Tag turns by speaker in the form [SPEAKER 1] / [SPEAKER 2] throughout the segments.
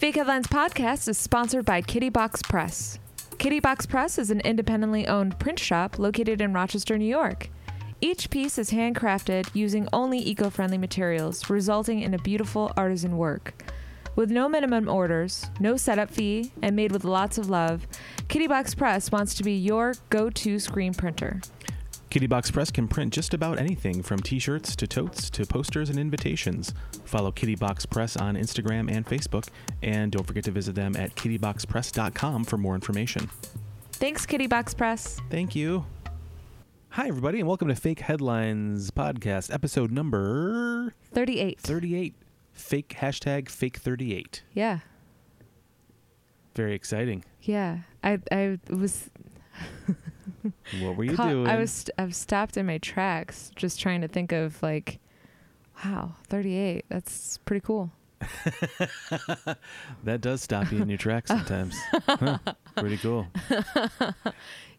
[SPEAKER 1] Big Headlines Podcast is sponsored by Kitty Box Press. Kitty Box Press is an independently owned print shop located in Rochester, New York. Each piece is handcrafted using only eco friendly materials, resulting in a beautiful artisan work. With no minimum orders, no setup fee, and made with lots of love, Kitty Box Press wants to be your go to screen printer.
[SPEAKER 2] Kitty Box Press can print just about anything from t shirts to totes to posters and invitations. Follow Kitty Box Press on Instagram and Facebook, and don't forget to visit them at kittyboxpress.com for more information.
[SPEAKER 1] Thanks, Kitty Box Press.
[SPEAKER 2] Thank you. Hi, everybody, and welcome to Fake Headlines Podcast, episode number
[SPEAKER 1] 38.
[SPEAKER 2] 38. Fake hashtag fake 38.
[SPEAKER 1] Yeah.
[SPEAKER 2] Very exciting.
[SPEAKER 1] Yeah, I I was
[SPEAKER 2] What were you
[SPEAKER 1] caught-
[SPEAKER 2] doing?
[SPEAKER 1] I was st- I've stopped in my tracks just trying to think of like, wow, thirty eight. That's pretty cool.
[SPEAKER 2] that does stop you in your tracks sometimes. Huh, Pretty cool.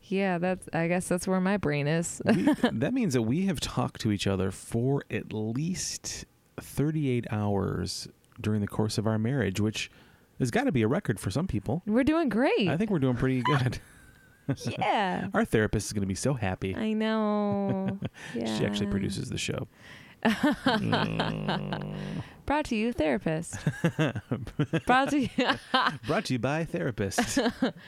[SPEAKER 1] Yeah, that's I guess that's where my brain is.
[SPEAKER 2] we, that means that we have talked to each other for at least 38 hours during the course of our marriage, which has got to be a record for some people.
[SPEAKER 1] We're doing great.
[SPEAKER 2] I think we're doing pretty good.
[SPEAKER 1] yeah.
[SPEAKER 2] our therapist is going to be so happy.
[SPEAKER 1] I know.
[SPEAKER 2] She actually
[SPEAKER 1] Yeah.
[SPEAKER 2] produces Mm. the show.
[SPEAKER 1] Brought to you, therapist. Brought to you
[SPEAKER 2] Brought to you by Therapist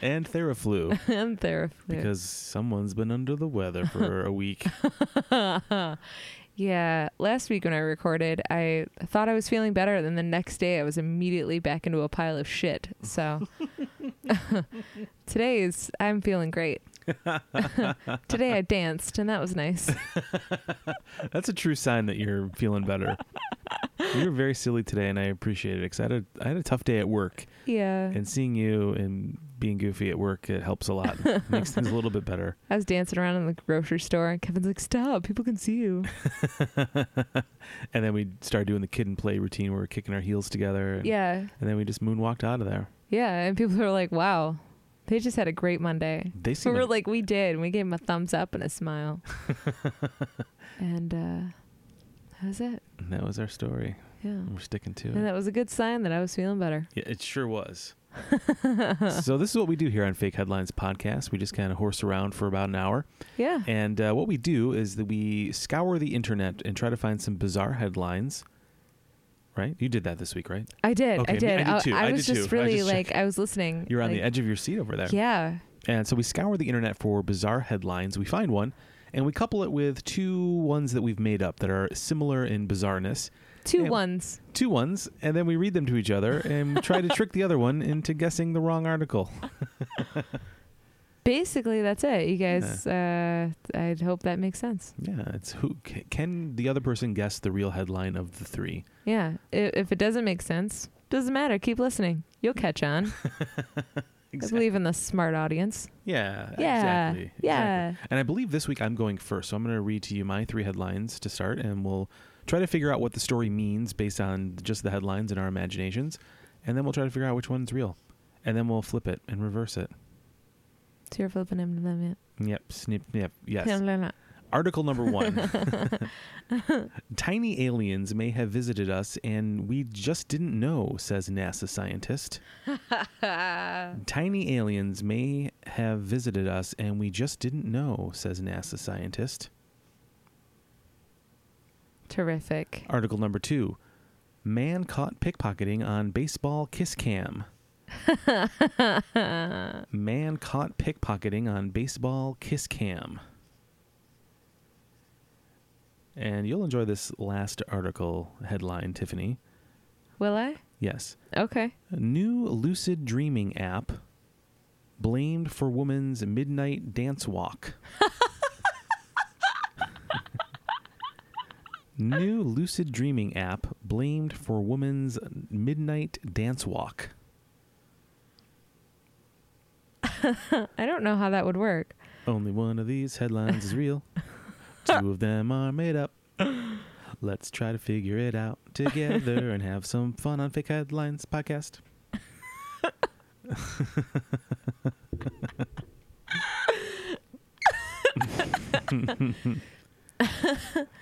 [SPEAKER 2] and Theraflu
[SPEAKER 1] and therapist.
[SPEAKER 2] because someone's been under the weather for a week.
[SPEAKER 1] yeah, last week when I recorded, I thought I was feeling better, and then the next day I was immediately back into a pile of shit. So today is I'm feeling great. today I danced, and that was nice.
[SPEAKER 2] That's a true sign that you're feeling better. you were very silly today, and I appreciate it because I had a, I had a tough day at work.
[SPEAKER 1] Yeah,
[SPEAKER 2] and seeing you and being goofy at work it helps a lot makes things a little bit better
[SPEAKER 1] I was dancing around in the grocery store, and Kevin's like, "Stop! People can see you."
[SPEAKER 2] and then we started doing the kid and play routine where we're kicking our heels together and,
[SPEAKER 1] yeah,
[SPEAKER 2] and then we just moonwalked out of there
[SPEAKER 1] yeah, and people were like, "Wow, they just had a great Monday."
[SPEAKER 2] they
[SPEAKER 1] We
[SPEAKER 2] seem
[SPEAKER 1] were
[SPEAKER 2] like,
[SPEAKER 1] like, we did. and We gave him a thumbs up and a smile. and uh, that was it.
[SPEAKER 2] and that was our story
[SPEAKER 1] Yeah.
[SPEAKER 2] and we're sticking to
[SPEAKER 1] And
[SPEAKER 2] it
[SPEAKER 1] that was a good sign that I was feeling better.
[SPEAKER 2] yeah, it sure was so this is what we do here on fake headlines podcast we just kind of horse around for about an hour
[SPEAKER 1] Yeah.
[SPEAKER 2] and uh, what we do is that we scour the internet and try to find some bizarre headlines right you did that this week right
[SPEAKER 1] I did.
[SPEAKER 2] Okay,
[SPEAKER 1] I
[SPEAKER 2] me-
[SPEAKER 1] did.
[SPEAKER 2] I did too. I
[SPEAKER 1] was
[SPEAKER 2] did
[SPEAKER 1] just
[SPEAKER 2] too. I
[SPEAKER 1] really
[SPEAKER 2] just
[SPEAKER 1] like,
[SPEAKER 2] checked.
[SPEAKER 1] I was listening.
[SPEAKER 2] you're on the
[SPEAKER 1] like-
[SPEAKER 2] edge of your seat over there
[SPEAKER 1] Yeah.
[SPEAKER 2] And so we scour the internet for bizarre headlines. We find one and we couple it with two ones that we've made up that are similar in bizarreness.
[SPEAKER 1] Two
[SPEAKER 2] Yeah.
[SPEAKER 1] ones.
[SPEAKER 2] Two ones, and then we read them to each other and try to trick the other one into guessing the wrong article.
[SPEAKER 1] Basically, that's it. You guys, uh, I hope that makes sense.
[SPEAKER 2] Yeah, it's who c- can the other person guess the real headline of the three?
[SPEAKER 1] Yeah. I- If it doesn't make sense, doesn't matter. Keep listening. You'll catch on. I believe in the smart audience.
[SPEAKER 2] Yeah,
[SPEAKER 1] Yeah.
[SPEAKER 2] exactly.
[SPEAKER 1] Yeah.
[SPEAKER 2] Exactly. And I believe this week I'm going first, so I'm going to read to you my three headlines to start, and we'll try to figure out what the story means based on just the headlines and our imaginations, and then we'll try to figure out which one's real, and then we'll flip it and reverse it.
[SPEAKER 1] So you're flipping him to them.
[SPEAKER 2] Yep, snip, yep,
[SPEAKER 1] Yeah.
[SPEAKER 2] yes. Article number one Tiny aliens may have visited us, and we just didn't know, says NASA scientist. Tiny aliens may have visited us, and we just didn't know, says NASA scientist.
[SPEAKER 1] Terrific.
[SPEAKER 2] Article number two Man caught pickpocketing on baseball kiss cam. Man caught pickpocketing on baseball kiss cam. And you'll enjoy this last article headline, Tiffany.
[SPEAKER 1] Will I?
[SPEAKER 2] Yes.
[SPEAKER 1] Okay.
[SPEAKER 2] New lucid dreaming app blamed for woman's midnight dance walk. New lucid dreaming app blamed for woman's midnight dance walk.
[SPEAKER 1] I don't know how that would work.
[SPEAKER 2] Only one of these headlines is real. Two of them are made up. Let's try to figure it out together and have some fun on Fake Headlines podcast.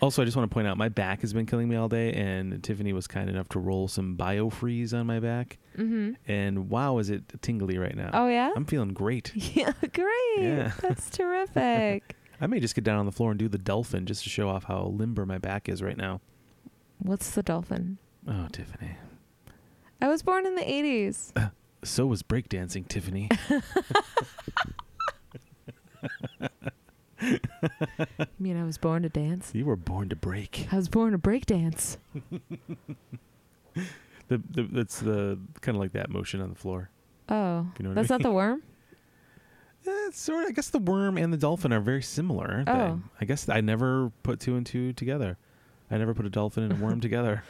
[SPEAKER 2] also, I just want to point out my back has been killing me all day, and Tiffany was kind enough to roll some biofreeze on my back.
[SPEAKER 1] Mm-hmm.
[SPEAKER 2] And wow, is it tingly right now?
[SPEAKER 1] Oh yeah.
[SPEAKER 2] I'm feeling great.
[SPEAKER 1] yeah, great.
[SPEAKER 2] Yeah.
[SPEAKER 1] That's terrific.
[SPEAKER 2] I may just get down on the floor and do the dolphin just to show off how limber my back is right now.
[SPEAKER 1] What's the dolphin?
[SPEAKER 2] Oh, Tiffany.
[SPEAKER 1] I was born in the '80s.
[SPEAKER 2] Uh. So was breakdancing, Tiffany.
[SPEAKER 1] I mean, I was born to dance.
[SPEAKER 2] you were born to break.
[SPEAKER 1] I was born to breakdance.
[SPEAKER 2] The, the, that's the kind of like that motion on the floor.
[SPEAKER 1] Oh,
[SPEAKER 2] You know what I
[SPEAKER 1] that's not the worm.
[SPEAKER 2] Eh, sort of. I guess the worm and the dolphin are very similar, aren't
[SPEAKER 1] Oh.
[SPEAKER 2] they? I guess I never put two and two together. I never put a dolphin and a worm together.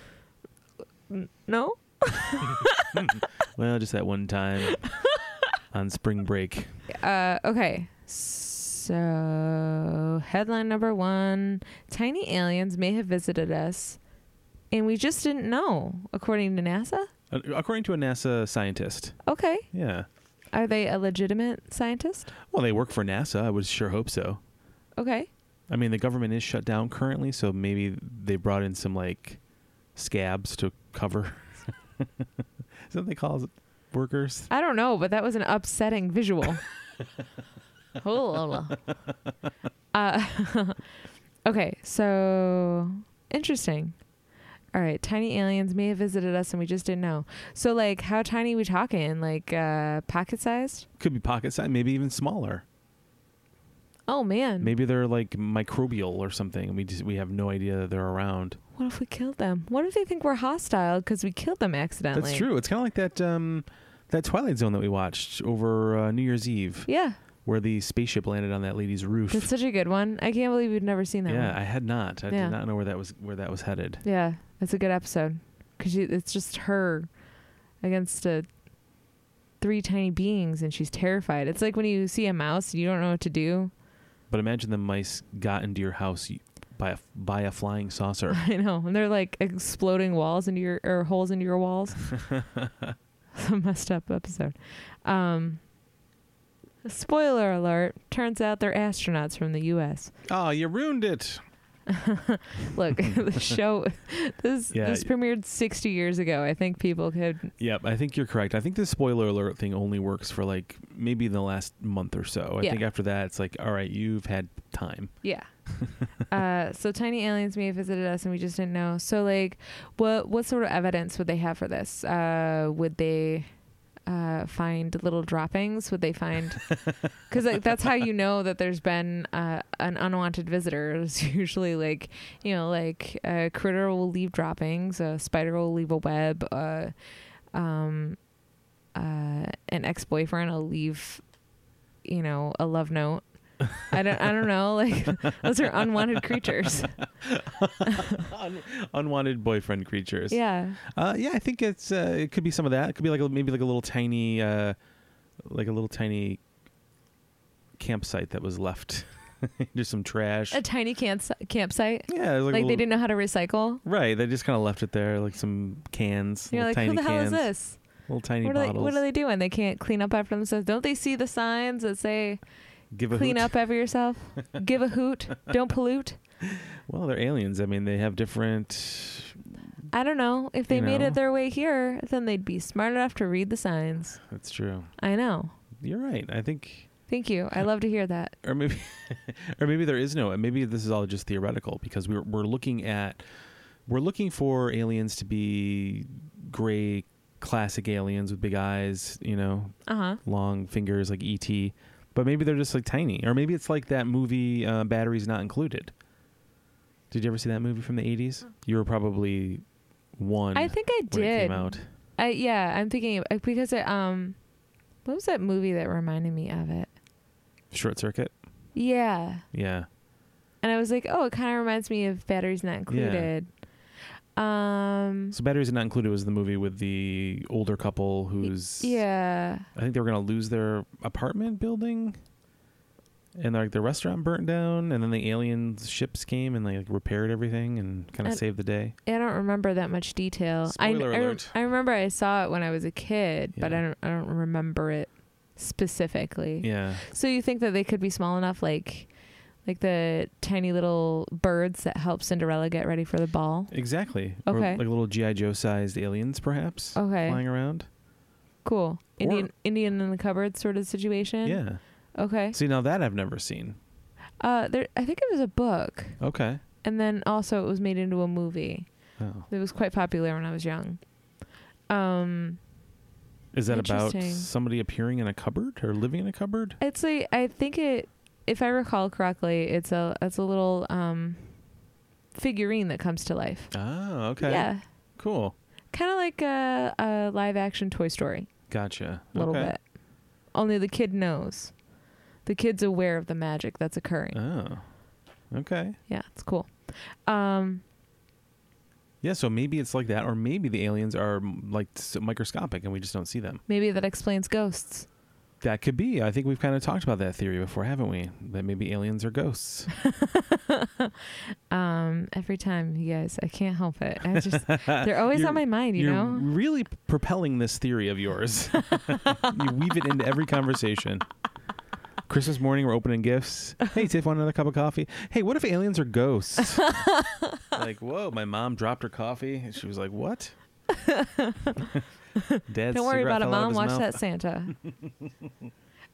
[SPEAKER 1] No.
[SPEAKER 2] Well, just that one time on spring break.
[SPEAKER 1] Uh, okay. So, headline number one Tiny aliens may have visited us, and we just didn't know, according to NASA.
[SPEAKER 2] Uh, According to a NASA scientist.
[SPEAKER 1] Okay.
[SPEAKER 2] Yeah.
[SPEAKER 1] Are they a legitimate scientist?
[SPEAKER 2] Well, they work for NASA. I would sure hope so.
[SPEAKER 1] Okay.
[SPEAKER 2] I mean, the government is shut down currently, so maybe they brought in some like scabs to cover. is that what they call it? workers?
[SPEAKER 1] I don't know, but that was an upsetting visual. Hold on. uh, okay, so interesting. All right, tiny aliens may have visited us and we just didn't know. So, like, how tiny we talking? Like, uh, pocket sized?
[SPEAKER 2] Could be pocket size, maybe even smaller.
[SPEAKER 1] Oh man.
[SPEAKER 2] Maybe they're like microbial or something. We just we have no idea that they're around.
[SPEAKER 1] What if we killed them? What if they think we're hostile because we killed them accidentally?
[SPEAKER 2] That's true. It's kind of like that um, that Twilight Zone that we watched over uh, New Year's Eve,
[SPEAKER 1] Yeah,
[SPEAKER 2] where the spaceship landed on that lady's roof.
[SPEAKER 1] that's such a good one. I can't believe we've never seen that
[SPEAKER 2] yeah,
[SPEAKER 1] one.
[SPEAKER 2] I had not. I
[SPEAKER 1] Yeah.
[SPEAKER 2] did not know where that was where that was headed.
[SPEAKER 1] Yeah, that's a good episode because it's just her against uh three tiny beings, and she's terrified. It's like when you see a mouse, and you don't know what to do.
[SPEAKER 2] But imagine the mice got into your house y- by a, by a flying saucer.
[SPEAKER 1] I know, and they're like exploding walls into your or holes into your walls. it's a messed up episode. Um, spoiler alert! Turns out they're astronauts from the U.S.
[SPEAKER 2] oh, you ruined it.
[SPEAKER 1] Look, the show this
[SPEAKER 2] Yeah.
[SPEAKER 1] this premiered 60 years ago. I think people could.
[SPEAKER 2] Yep, I think you're correct. I think the spoiler alert thing only works for like maybe the last month or so. I
[SPEAKER 1] Yeah.
[SPEAKER 2] think after that, it's like, all right, you've had time.
[SPEAKER 1] Yeah. uh, so tiny aliens may have visited us and we just didn't know. So like, what what sort of evidence would they have for this? Uh, would they uh, find little droppings? Would they find? Because like that's how you know that there's been uh, an unwanted visitor. It's usually like you know like a critter will leave droppings, a spider will leave a web, uh, um, uh, an ex boyfriend will leave, you know, a love note. I don't I don't know like those are unwanted creatures.
[SPEAKER 2] Un- unwanted boyfriend creatures.
[SPEAKER 1] Yeah.
[SPEAKER 2] Uh, yeah, I think it's uh, it could be some of that. It could be like a, maybe like a little tiny, uh, like a little tiny campsite that was left. There's some trash.
[SPEAKER 1] A tiny camp campsite.
[SPEAKER 2] yeah, it was like, a
[SPEAKER 1] Like,
[SPEAKER 2] little-
[SPEAKER 1] they didn't know how to recycle.
[SPEAKER 2] Right, they just kind of left it there, like some cans.
[SPEAKER 1] You're
[SPEAKER 2] little
[SPEAKER 1] like,
[SPEAKER 2] tiny
[SPEAKER 1] who the hell is
[SPEAKER 2] cans,
[SPEAKER 1] this?
[SPEAKER 2] Little tiny
[SPEAKER 1] What are,
[SPEAKER 2] bottles.
[SPEAKER 1] they, what are they doing? They can't clean up after themselves. Don't they see the signs that say
[SPEAKER 2] Give a
[SPEAKER 1] "clean
[SPEAKER 2] hoot.
[SPEAKER 1] up after yourself, give a hoot, don't pollute"?
[SPEAKER 2] Well, they're aliens. I mean, they have different.
[SPEAKER 1] I don't know if they
[SPEAKER 2] You
[SPEAKER 1] made
[SPEAKER 2] know.
[SPEAKER 1] it their way here, then they'd be smart enough to read the signs.
[SPEAKER 2] That's true.
[SPEAKER 1] I know.
[SPEAKER 2] You're right. I think,
[SPEAKER 1] Thank you. I love to hear that.
[SPEAKER 2] or maybe, or maybe there is no. Maybe this is all just theoretical because we're we're looking at, we're looking for aliens to be gray, classic aliens with big eyes. You know,
[SPEAKER 1] Uh huh.
[SPEAKER 2] long fingers like ET. But maybe they're just like tiny, or maybe it's like that movie uh, "Batteries Not Included." Did you ever see that movie from the '80s? You were probably one.
[SPEAKER 1] Mm. I think I
[SPEAKER 2] when it
[SPEAKER 1] did.
[SPEAKER 2] came out.
[SPEAKER 1] I yeah. I'm thinking uh, because it um, what was that movie that reminded me of it?
[SPEAKER 2] Short Circuit.
[SPEAKER 1] Yeah.
[SPEAKER 2] Yeah.
[SPEAKER 1] And I was like, oh, it kind of reminds me of Batteries Not Included. Um,
[SPEAKER 2] So Batteries Not Included was the movie with the older couple who's
[SPEAKER 1] yeah.
[SPEAKER 2] I think they were gonna lose their apartment building. And like their restaurant burnt down and then the alien ships came and they like repaired everything and kind of
[SPEAKER 1] And-
[SPEAKER 2] saved the day.
[SPEAKER 1] I don't remember that much detail. I,
[SPEAKER 2] Spoiler
[SPEAKER 1] I, rem-
[SPEAKER 2] alert.
[SPEAKER 1] I remember I saw it when I was a kid, but I
[SPEAKER 2] Yeah.
[SPEAKER 1] don't, I don't remember it specifically.
[SPEAKER 2] Yeah.
[SPEAKER 1] So you think that they could be small enough, like, Like the tiny little birds that help Cinderella get ready for the ball.
[SPEAKER 2] Exactly.
[SPEAKER 1] Okay.
[SPEAKER 2] Or like little GI Joe sized aliens, perhaps
[SPEAKER 1] Okay.
[SPEAKER 2] flying around.
[SPEAKER 1] Cool.
[SPEAKER 2] Or-
[SPEAKER 1] Indian Indian in the cupboard sort of situation.
[SPEAKER 2] Yeah.
[SPEAKER 1] Okay.
[SPEAKER 2] See, now that I've never seen.
[SPEAKER 1] Uh there I think it was a book
[SPEAKER 2] Okay.
[SPEAKER 1] and then also it was made into a movie.
[SPEAKER 2] Oh.
[SPEAKER 1] It was quite popular when I was young. Um
[SPEAKER 2] Is that about
[SPEAKER 1] Interesting.
[SPEAKER 2] somebody appearing in a cupboard or living in a cupboard?
[SPEAKER 1] it's like I think it if I recall correctly, it's a it's a little um figurine that comes to life.
[SPEAKER 2] Ah, okay.
[SPEAKER 1] Yeah.
[SPEAKER 2] Cool.
[SPEAKER 1] Kind of like a, a live action Toy Story.
[SPEAKER 2] Gotcha.
[SPEAKER 1] a little
[SPEAKER 2] okay.
[SPEAKER 1] bit. Only the kid knows. The kid's aware of the magic that's occurring.
[SPEAKER 2] Oh. Okay.
[SPEAKER 1] yeah, it's cool. Um,
[SPEAKER 2] Yeah, so maybe it's like that, or maybe the aliens are mm, like s- microscopic and we just don't see them.
[SPEAKER 1] maybe that explains ghosts.
[SPEAKER 2] That could be. I think we've kind of talked about that theory before, haven't we? That maybe aliens are ghosts.
[SPEAKER 1] Um, every time, you guys, I can't help it. I just they're always
[SPEAKER 2] You're-
[SPEAKER 1] on my mind, you
[SPEAKER 2] You're
[SPEAKER 1] know.
[SPEAKER 2] really propelling this theory of yours. you weave it into every conversation. Christmas morning, we're opening gifts. Hey, Tiff, want another cup of coffee? Hey, what if aliens are ghosts? like, whoa, my mom dropped her coffee and she was like, what? Dad's
[SPEAKER 1] Don't worry about
[SPEAKER 2] cigarette
[SPEAKER 1] it,
[SPEAKER 2] fell out of
[SPEAKER 1] mom.
[SPEAKER 2] his
[SPEAKER 1] Watch
[SPEAKER 2] mouth.
[SPEAKER 1] that Santa.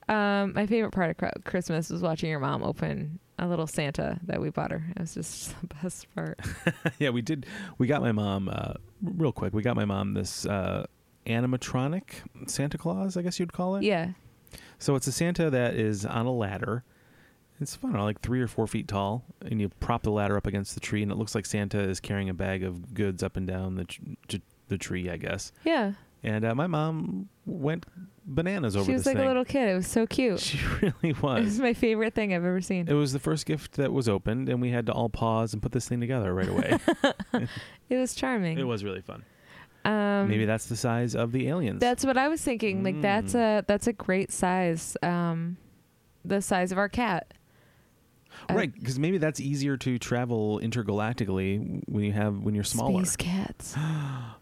[SPEAKER 1] um, my favorite part of Cro- Christmas was watching your mom open a little Santa that we bought her. It was just the best part.
[SPEAKER 2] yeah, we did. We got my mom, uh, real quick, we got my mom this uh, animatronic Santa Claus, I guess you'd call it.
[SPEAKER 1] Yeah.
[SPEAKER 2] So it's a Santa that is on a ladder. It's I don't know, like three or four feet tall, and you prop the ladder up against the tree, and it looks like Santa is carrying a bag of goods up and down the tr- tr- the tree, I guess.
[SPEAKER 1] Yeah.
[SPEAKER 2] And uh, my mom went bananas over
[SPEAKER 1] She was
[SPEAKER 2] this
[SPEAKER 1] like
[SPEAKER 2] thing.
[SPEAKER 1] a little kid. It was so cute.
[SPEAKER 2] she really
[SPEAKER 1] It was
[SPEAKER 2] was.
[SPEAKER 1] my favorite thing I've ever seen.
[SPEAKER 2] It was the first gift that was opened, and we had to all pause and put this thing together right away.
[SPEAKER 1] It was charming.
[SPEAKER 2] it was really fun.
[SPEAKER 1] Um,
[SPEAKER 2] Maybe that's the size of the aliens.
[SPEAKER 1] that's what I was thinking. Like that's
[SPEAKER 2] Mm.
[SPEAKER 1] a that's a great size. Um, the size of our cat. Uh,
[SPEAKER 2] right, because maybe that's easier to travel intergalactically when you have when you're smaller.
[SPEAKER 1] Space cats.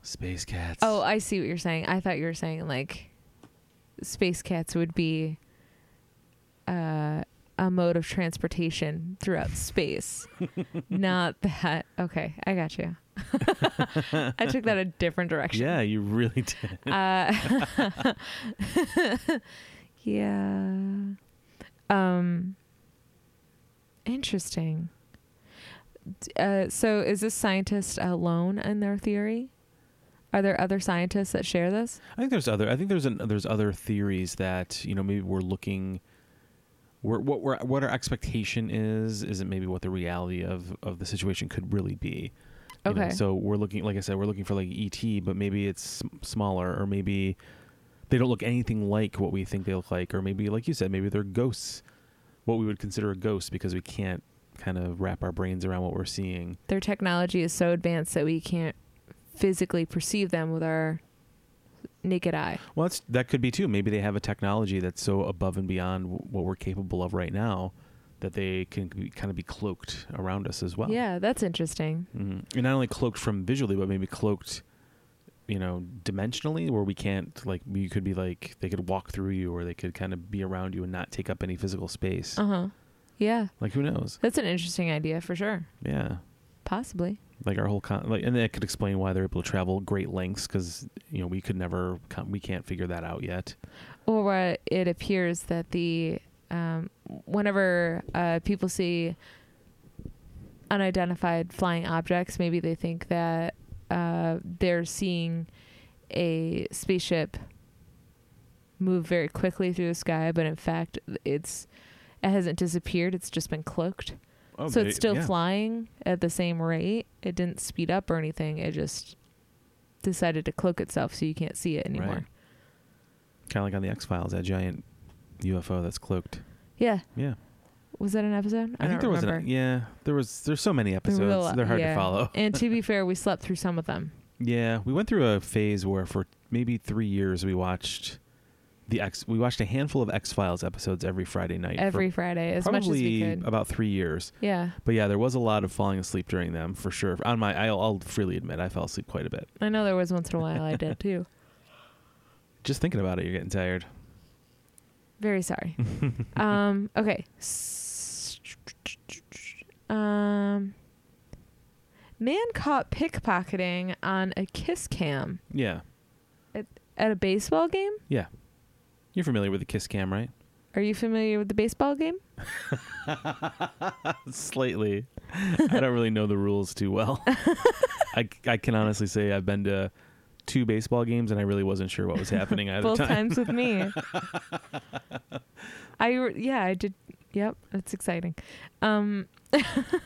[SPEAKER 2] Space cats.
[SPEAKER 1] Oh, I see what you're saying. I thought you were saying like space cats would be uh, a mode of transportation throughout space. Not that. Okay, I got you. I took that a different direction.
[SPEAKER 2] yeah, you really did.
[SPEAKER 1] uh, yeah. Um, interesting. D- Uh, so, is this scientist alone in their theory? Are there other scientists that share this?
[SPEAKER 2] I think there's other. I think there's an, there's other theories that you know maybe we're looking. We're, what we're, what our expectation is isn't maybe what the reality of of the situation could really be. You know,
[SPEAKER 1] Okay.
[SPEAKER 2] so we're looking, like I said, we're looking for like ET, but maybe it's s- smaller, or maybe they don't look anything like what we think they look like, or maybe, like you said, maybe they're ghosts. What we would consider a ghost because we can't kind of wrap our brains around what we're seeing.
[SPEAKER 1] Their technology is so advanced that we can't physically perceive them with our naked eye.
[SPEAKER 2] Well, that's, that could be too. Maybe they have a technology that's so above and beyond w- what we're capable of right now that they can be, kind of be cloaked around us as well.
[SPEAKER 1] Yeah, that's interesting.
[SPEAKER 2] Mhm. And not only cloaked from visually, but maybe cloaked, you know, dimensionally, where we can't, like, you could be like, they could walk through you or they could kind of be around you and not take up any physical space.
[SPEAKER 1] Uh huh. Yeah,
[SPEAKER 2] Like, who knows?
[SPEAKER 1] that's an interesting idea for sure.
[SPEAKER 2] Yeah.
[SPEAKER 1] Possibly.
[SPEAKER 2] Like our whole con, like, and that could explain why they're able to travel great lengths because you know we could never, com- we can't figure that out yet.
[SPEAKER 1] or uh, it appears that the um, whenever uh, people see unidentified flying objects, maybe they think that uh, they're seeing a spaceship move very quickly through the sky, but in fact, it's it hasn't disappeared. It's just been cloaked,
[SPEAKER 2] Oh,
[SPEAKER 1] so it's still
[SPEAKER 2] flying.
[SPEAKER 1] flying at the same rate. It didn't speed up or anything. It just decided to cloak itself, so you can't see it anymore.
[SPEAKER 2] Right. Kind of like on the X Files, that giant UFO that's cloaked.
[SPEAKER 1] Yeah.
[SPEAKER 2] Yeah,
[SPEAKER 1] Was that an episode? I, don't
[SPEAKER 2] think there was.
[SPEAKER 1] remember.
[SPEAKER 2] An, yeah, there was. There's so many
[SPEAKER 1] There
[SPEAKER 2] episodes.
[SPEAKER 1] were a lot-
[SPEAKER 2] They're hard
[SPEAKER 1] yeah.
[SPEAKER 2] to follow.
[SPEAKER 1] and to be fair, we slept through some of them.
[SPEAKER 2] Yeah, we went through a phase where for maybe three years we watched the X. We watched a handful of X Files episodes every Friday night. for
[SPEAKER 1] Every Friday, as
[SPEAKER 2] probably
[SPEAKER 1] much as we could.
[SPEAKER 2] about three years.
[SPEAKER 1] yeah,
[SPEAKER 2] But yeah, there was a lot of falling asleep during them for sure. On my, I'll, I'll freely admit, I fell asleep quite a bit.
[SPEAKER 1] I know there was once in a while I did too.
[SPEAKER 2] Just thinking about it, you're getting tired.
[SPEAKER 1] Very sorry. um, okay. S- Um, man caught pickpocketing on a kiss cam
[SPEAKER 2] Yeah.
[SPEAKER 1] at a baseball game.
[SPEAKER 2] Yeah. You're familiar with the kiss cam, right?
[SPEAKER 1] Are you familiar with the baseball game?
[SPEAKER 2] Slightly. I don't really know the rules too well. I, I can honestly say I've been to two baseball games and I really wasn't sure what was happening either
[SPEAKER 1] Both
[SPEAKER 2] time.
[SPEAKER 1] times with me. I re- yeah, I did. Yep, that's exciting. Um,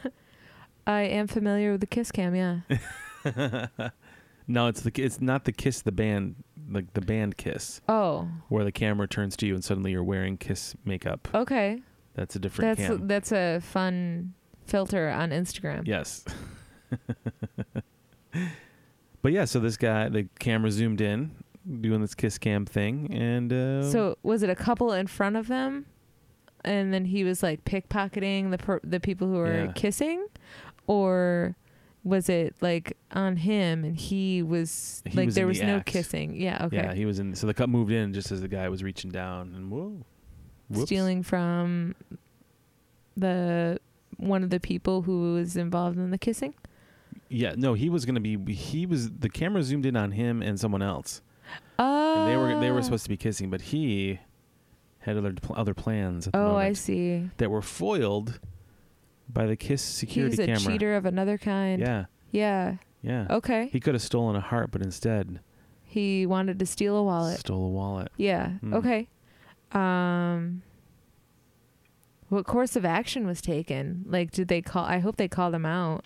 [SPEAKER 1] I am familiar with the kiss cam. Yeah.
[SPEAKER 2] No, it's the it's not the kiss the band like the band kiss
[SPEAKER 1] Oh,
[SPEAKER 2] where the camera turns to you and suddenly you're wearing kiss makeup.
[SPEAKER 1] okay.
[SPEAKER 2] That's a different
[SPEAKER 1] That's
[SPEAKER 2] cam.
[SPEAKER 1] that's a fun filter on Instagram.
[SPEAKER 2] yes. but yeah, so this guy the camera zoomed in doing this kiss cam thing and uh,
[SPEAKER 1] So was it a couple in front of them, and then he was like pickpocketing the per- the people who were
[SPEAKER 2] Yeah.
[SPEAKER 1] kissing, or was it like on him and he was
[SPEAKER 2] He
[SPEAKER 1] like
[SPEAKER 2] was
[SPEAKER 1] there
[SPEAKER 2] in
[SPEAKER 1] was
[SPEAKER 2] the
[SPEAKER 1] no
[SPEAKER 2] act.
[SPEAKER 1] kissing? Yeah, okay.
[SPEAKER 2] yeah, he was in so the cup moved in just as the guy was reaching down and whoa. Whoops.
[SPEAKER 1] Stealing from the one of the people who was involved in the kissing.
[SPEAKER 2] Yeah, no, he was going to be he was the camera zoomed in on him and someone else.
[SPEAKER 1] Oh,
[SPEAKER 2] And they were they were supposed to be kissing, but he had other pl- other plans at the
[SPEAKER 1] oh,
[SPEAKER 2] moment.
[SPEAKER 1] I see.
[SPEAKER 2] that were foiled by the Kiss
[SPEAKER 1] He
[SPEAKER 2] security
[SPEAKER 1] was a
[SPEAKER 2] camera.
[SPEAKER 1] cheater Oh. of another kind.
[SPEAKER 2] Yeah,
[SPEAKER 1] Yeah.
[SPEAKER 2] yeah.
[SPEAKER 1] Okay.
[SPEAKER 2] He could have stolen a heart, but instead
[SPEAKER 1] He wanted to steal a wallet.
[SPEAKER 2] stole a wallet.
[SPEAKER 1] Yeah.
[SPEAKER 2] Mm.
[SPEAKER 1] Okay. Um what course of action was taken? Like did they call I hope they called him out.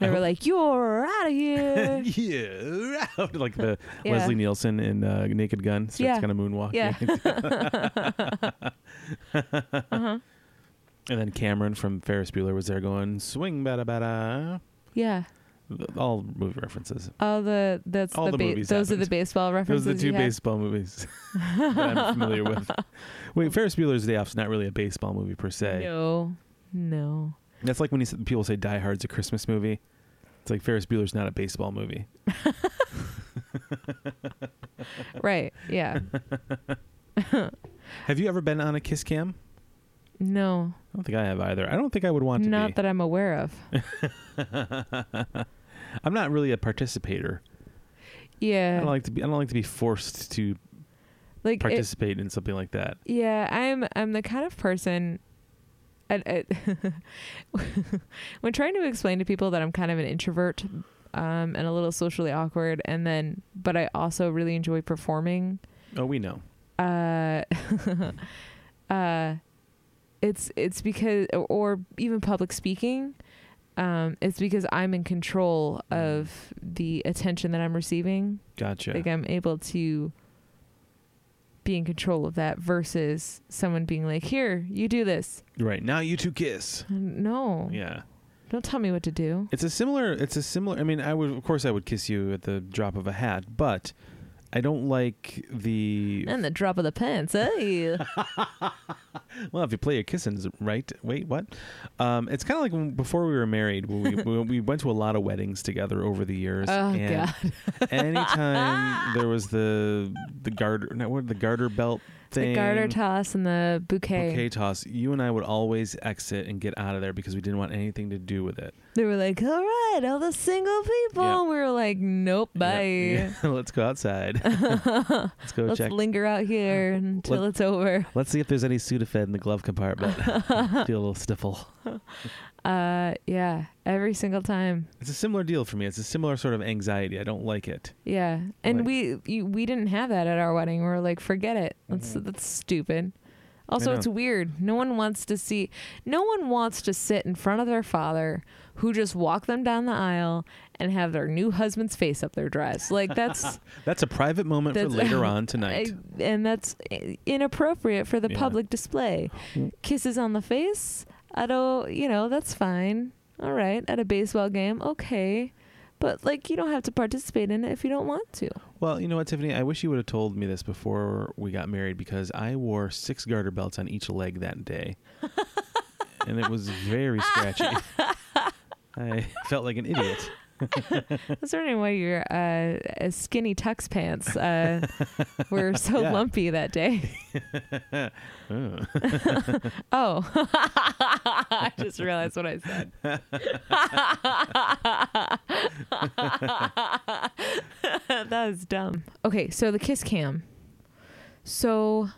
[SPEAKER 1] They
[SPEAKER 2] I
[SPEAKER 1] were
[SPEAKER 2] hope-
[SPEAKER 1] like, You're out of here.
[SPEAKER 2] yeah, like the
[SPEAKER 1] Yeah.
[SPEAKER 2] Leslie Nielsen in uh, Naked Gun starts
[SPEAKER 1] Yeah.
[SPEAKER 2] kind of moonwalking.
[SPEAKER 1] Yeah. uh-huh.
[SPEAKER 2] and then Cameron from Ferris Bueller was there going swing bada bada.
[SPEAKER 1] Yeah.
[SPEAKER 2] All movie references.
[SPEAKER 1] All the that's
[SPEAKER 2] All
[SPEAKER 1] the,
[SPEAKER 2] the
[SPEAKER 1] ba-
[SPEAKER 2] movies
[SPEAKER 1] those are the
[SPEAKER 2] happened.
[SPEAKER 1] baseball
[SPEAKER 2] Those
[SPEAKER 1] references.
[SPEAKER 2] are the two
[SPEAKER 1] you had?
[SPEAKER 2] baseball movies that I'm familiar with. Wait, Ferris Bueller's Day Off is not really a baseball movie per se.
[SPEAKER 1] No. No.
[SPEAKER 2] That's like when you, s- people say Die Hard's a Christmas movie. It's like Ferris Bueller's not a baseball movie.
[SPEAKER 1] Right. Yeah.
[SPEAKER 2] Have you ever been on a kiss cam?
[SPEAKER 1] No.
[SPEAKER 2] I don't think I have either. I don't think I would want to
[SPEAKER 1] Not
[SPEAKER 2] be.
[SPEAKER 1] that I'm aware of.
[SPEAKER 2] I'm not really a participator. I
[SPEAKER 1] Yeah.
[SPEAKER 2] don't like to be. I don't like to be forced to
[SPEAKER 1] like it-
[SPEAKER 2] participate in something like that.
[SPEAKER 1] Yeah, I'm I'm the kind of person I, I- when trying to explain to people that I'm kind of an introvert um, and a little socially awkward and then but I also really enjoy performing
[SPEAKER 2] Oh, we know.
[SPEAKER 1] uh uh it's it's because or even public speaking um it's because I'm in control
[SPEAKER 2] Mm.
[SPEAKER 1] of the attention that I'm receiving
[SPEAKER 2] Gotcha.
[SPEAKER 1] like I'm able to be in control of that versus someone being like, "Here, you do this."
[SPEAKER 2] Right now, you two kiss.
[SPEAKER 1] No,
[SPEAKER 2] Yeah,
[SPEAKER 1] don't tell me what to do.
[SPEAKER 2] it's a similar. It's a similar. I mean, I would of course I would kiss you at the drop of a hat, but I don't like the.
[SPEAKER 1] And the drop of the pants, eh?
[SPEAKER 2] Well, if you play your kissins right, wait, what? Um, it's kind of like when, before we were married. When we, we we went to a lot of weddings together over the years.
[SPEAKER 1] Oh,
[SPEAKER 2] and anytime there was the the garter, no, what the garter belt thing,
[SPEAKER 1] the garter toss and the bouquet.
[SPEAKER 2] bouquet toss, you and I would always exit and get out of there because we didn't want anything to do with it.
[SPEAKER 1] They were like, "All right, all the single people."
[SPEAKER 2] Yeah.
[SPEAKER 1] We were like, "Nope, bye."
[SPEAKER 2] Yeah. Let's go outside. Let's go
[SPEAKER 1] Let's
[SPEAKER 2] check.
[SPEAKER 1] linger out here until it's over.
[SPEAKER 2] Let's see if there's any Sudafed in the glove compartment. Feel a little sniffle.
[SPEAKER 1] Uh, yeah, every single time.
[SPEAKER 2] It's a similar deal for me. It's a similar sort of anxiety. I don't like it.
[SPEAKER 1] Yeah, and
[SPEAKER 2] Like-
[SPEAKER 1] we you, we didn't have that at our wedding. We were like, forget it. That's that's stupid. Also,
[SPEAKER 2] Mm-hmm. know.
[SPEAKER 1] it's weird. No one wants to see. No one wants to sit in front of their father, who just walked them down the aisle and have their new husband's face up their dress. Like that's
[SPEAKER 2] That's a private moment
[SPEAKER 1] That's-
[SPEAKER 2] for later on tonight.
[SPEAKER 1] and that's inappropriate for the
[SPEAKER 2] Yeah.
[SPEAKER 1] public display. Kisses on the face. I don't. You know, that's fine. All right, at a baseball game, okay, but like you don't have to participate in it if you don't want to.
[SPEAKER 2] Well, you know what, Tiffany? I wish you would have told me this before we got married because I wore six garter belts on each leg that day. and it was very scratchy. I felt like an idiot.
[SPEAKER 1] I was wondering why your uh, uh, skinny tux pants uh, were so
[SPEAKER 2] Yeah.
[SPEAKER 1] lumpy that day.
[SPEAKER 2] Oh.
[SPEAKER 1] Oh, I just realized what I said. that was dumb. Okay, so the kiss cam. So,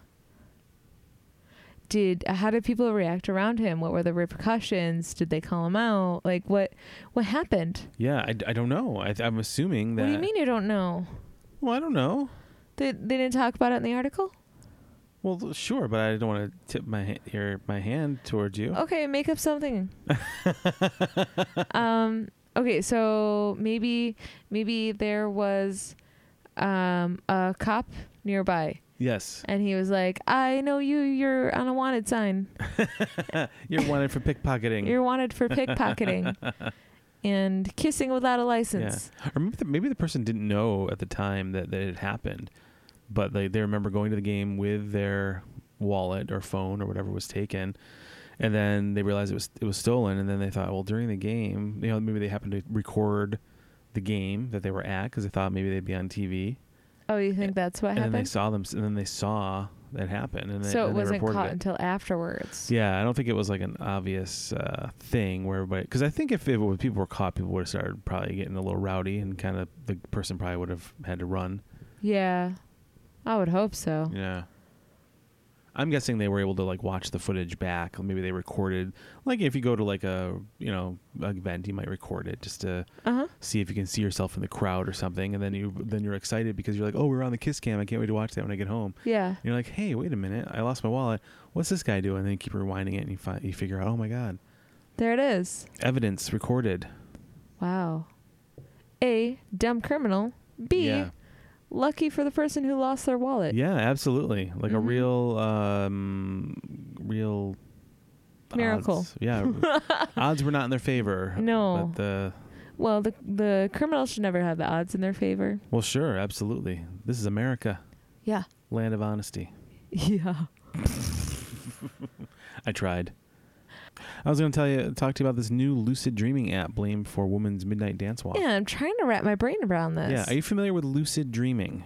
[SPEAKER 1] did how did people react around him? What were the repercussions? Did they call him out? Like what what happened?
[SPEAKER 2] Yeah, I, I don't know. I, I'm assuming that.
[SPEAKER 1] What do you mean you don't know?
[SPEAKER 2] Well, I don't know.
[SPEAKER 1] They, they didn't talk about it in the article?
[SPEAKER 2] Well, th- sure, but I don't want to tip my ha- your, my hand towards you.
[SPEAKER 1] Okay, make up something. um, okay, so maybe maybe there was um, a cop nearby,
[SPEAKER 2] Yes,
[SPEAKER 1] and he was like, "I know you. You're on a wanted sign.
[SPEAKER 2] you're wanted for pickpocketing.
[SPEAKER 1] You're wanted for pickpocketing and kissing without a license."
[SPEAKER 2] or maybe the, maybe the person didn't know at the time that, that it happened, but they, they remember going to the game with their wallet or phone or whatever was taken, and then they realized it was it was stolen, and then they thought, well, during the game, you know, maybe they happened to record the game that they were at because they thought maybe they'd be on TV,
[SPEAKER 1] Oh, you think that's what
[SPEAKER 2] and then they
[SPEAKER 1] happened?
[SPEAKER 2] saw them, and then they saw that happen, and they,
[SPEAKER 1] so
[SPEAKER 2] and
[SPEAKER 1] it
[SPEAKER 2] they
[SPEAKER 1] wasn't
[SPEAKER 2] reported
[SPEAKER 1] caught
[SPEAKER 2] it.
[SPEAKER 1] until afterwards.
[SPEAKER 2] Yeah, I don't think it was like an obvious uh, thing where everybody. Because I think if, if it was, people were caught, people would have started probably getting a little rowdy, and kind of the person probably would have had to run.
[SPEAKER 1] Yeah, I would hope so.
[SPEAKER 2] Yeah. I'm guessing they were able to like watch the footage back. Maybe they recorded, like if you go to like a you know an event, you might record it just to
[SPEAKER 1] Uh huh.
[SPEAKER 2] see if you can see yourself in the crowd or something. And then you then you're excited because you're like, oh, we're on the kiss cam. I can't wait to watch that when I get home.
[SPEAKER 1] Yeah.
[SPEAKER 2] And you're like, hey, wait a minute, I lost my wallet. What's this guy doing? And then you keep rewinding it, and you find you figure out, oh my god,
[SPEAKER 1] There it is.
[SPEAKER 2] evidence recorded.
[SPEAKER 1] Wow. A, dumb criminal. B,
[SPEAKER 2] yeah,
[SPEAKER 1] lucky for the person who lost their wallet.
[SPEAKER 2] yeah, absolutely. Like a
[SPEAKER 1] Mhm.
[SPEAKER 2] real, um, real
[SPEAKER 1] Miracle.
[SPEAKER 2] odds. Yeah, odds were not in their favor.
[SPEAKER 1] No.
[SPEAKER 2] but uh, the
[SPEAKER 1] Well, the the criminal should never have the odds in their favor.
[SPEAKER 2] well, sure, absolutely. This is America,
[SPEAKER 1] Yeah.
[SPEAKER 2] land of honesty.
[SPEAKER 1] Yeah.
[SPEAKER 2] I tried. I was going to tell you, talk to you about this new lucid dreaming app blamed for woman's midnight dance walk.
[SPEAKER 1] Yeah, I'm trying to wrap my brain around this.
[SPEAKER 2] Yeah. Are you familiar with lucid dreaming?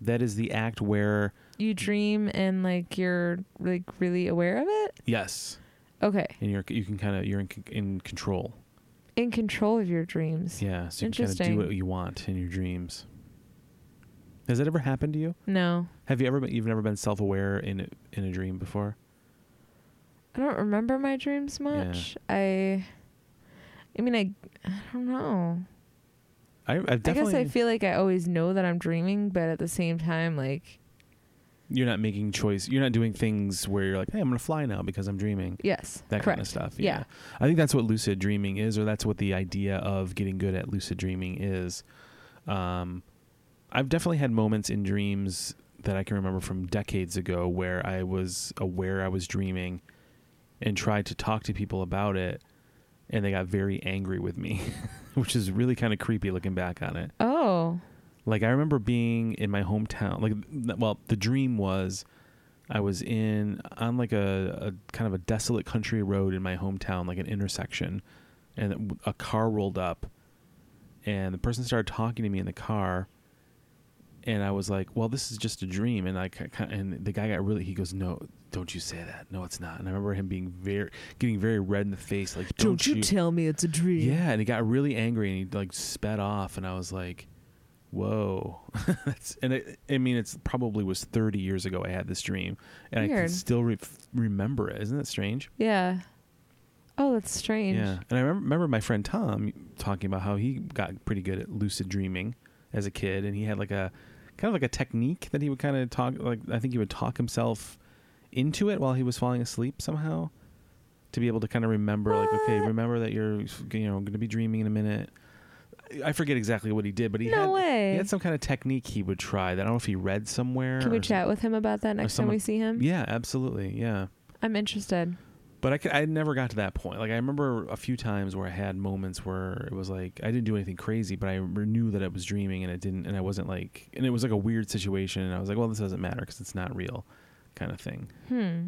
[SPEAKER 2] That is the act where
[SPEAKER 1] you dream and like you're like really aware of it?
[SPEAKER 2] yes,
[SPEAKER 1] Okay.
[SPEAKER 2] and you're you can kind of you're in, c- in control.
[SPEAKER 1] In control of your dreams.
[SPEAKER 2] Yeah, so you can kind of do
[SPEAKER 1] Interesting.
[SPEAKER 2] what you want in your dreams. Has that ever happened to you?
[SPEAKER 1] No.
[SPEAKER 2] Have you ever been, you've never been self-aware in a, in a dream before?
[SPEAKER 1] I don't remember my dreams much. I I mean I I don't know.
[SPEAKER 2] I, I've definitely.
[SPEAKER 1] I guess I feel like I always know that I'm dreaming, but at the same time like
[SPEAKER 2] you're not making choice. You're not doing things where you're like, "Hey, I'm gonna fly now because I'm dreaming."
[SPEAKER 1] yes.
[SPEAKER 2] That
[SPEAKER 1] correct.
[SPEAKER 2] kind of stuff.
[SPEAKER 1] Yeah.
[SPEAKER 2] I think that's what lucid dreaming is, or that's what the idea of getting good at lucid dreaming is. Um, I've definitely had moments in dreams that I can remember from decades ago where I was aware I was dreaming and tried to talk to people about it, and they got very angry with me, which is really kind of creepy looking back on it.
[SPEAKER 1] Oh,
[SPEAKER 2] Like I remember being in my hometown. Like, th- well, the dream was I was in on like a, a kind of a desolate country road in my hometown, like an intersection, and a car rolled up, and the person started talking to me in the car, and I was like, "Well, this is just a dream," and I ki- ki- and the guy got really. He goes, "No, don't you say that. No, it's not." And I remember him being very, getting very red in the face, like, "Don't, you
[SPEAKER 1] tell me it's a dream.
[SPEAKER 2] yeah, and he got really angry and he like sped off, and I was like, "Whoa!" That's and it, I mean, it's probably was thirty years ago I had this dream, and I can
[SPEAKER 1] Weird.
[SPEAKER 2] still re- remember it. Isn't that strange?
[SPEAKER 1] Yeah. Oh, that's strange.
[SPEAKER 2] Yeah, and I remem- remember my friend Tom talking about how he got pretty good at lucid dreaming as a kid, and he had like a kind of like a technique that he would kind of talk like I think he would talk himself into it while he was falling asleep somehow to be able to kind of remember like okay
[SPEAKER 1] What?
[SPEAKER 2] remember that you're you know going to be dreaming in a minute I forget exactly what he did but he
[SPEAKER 1] no
[SPEAKER 2] had he
[SPEAKER 1] way.
[SPEAKER 2] had some kind of technique he would try that I don't know if he read somewhere
[SPEAKER 1] Can we
[SPEAKER 2] or
[SPEAKER 1] chat with him about that next time
[SPEAKER 2] someone-
[SPEAKER 1] we see him?
[SPEAKER 2] yeah absolutely yeah
[SPEAKER 1] I'm interested.
[SPEAKER 2] but I, c- I never got to that point. Like I remember a few times where I had moments where it was like I didn't do anything crazy, but I re- knew that I was dreaming and it didn't, and I wasn't like, and it was like a weird situation, and I was like, well, this doesn't matter because it's not real, kind of thing.
[SPEAKER 1] Hmm.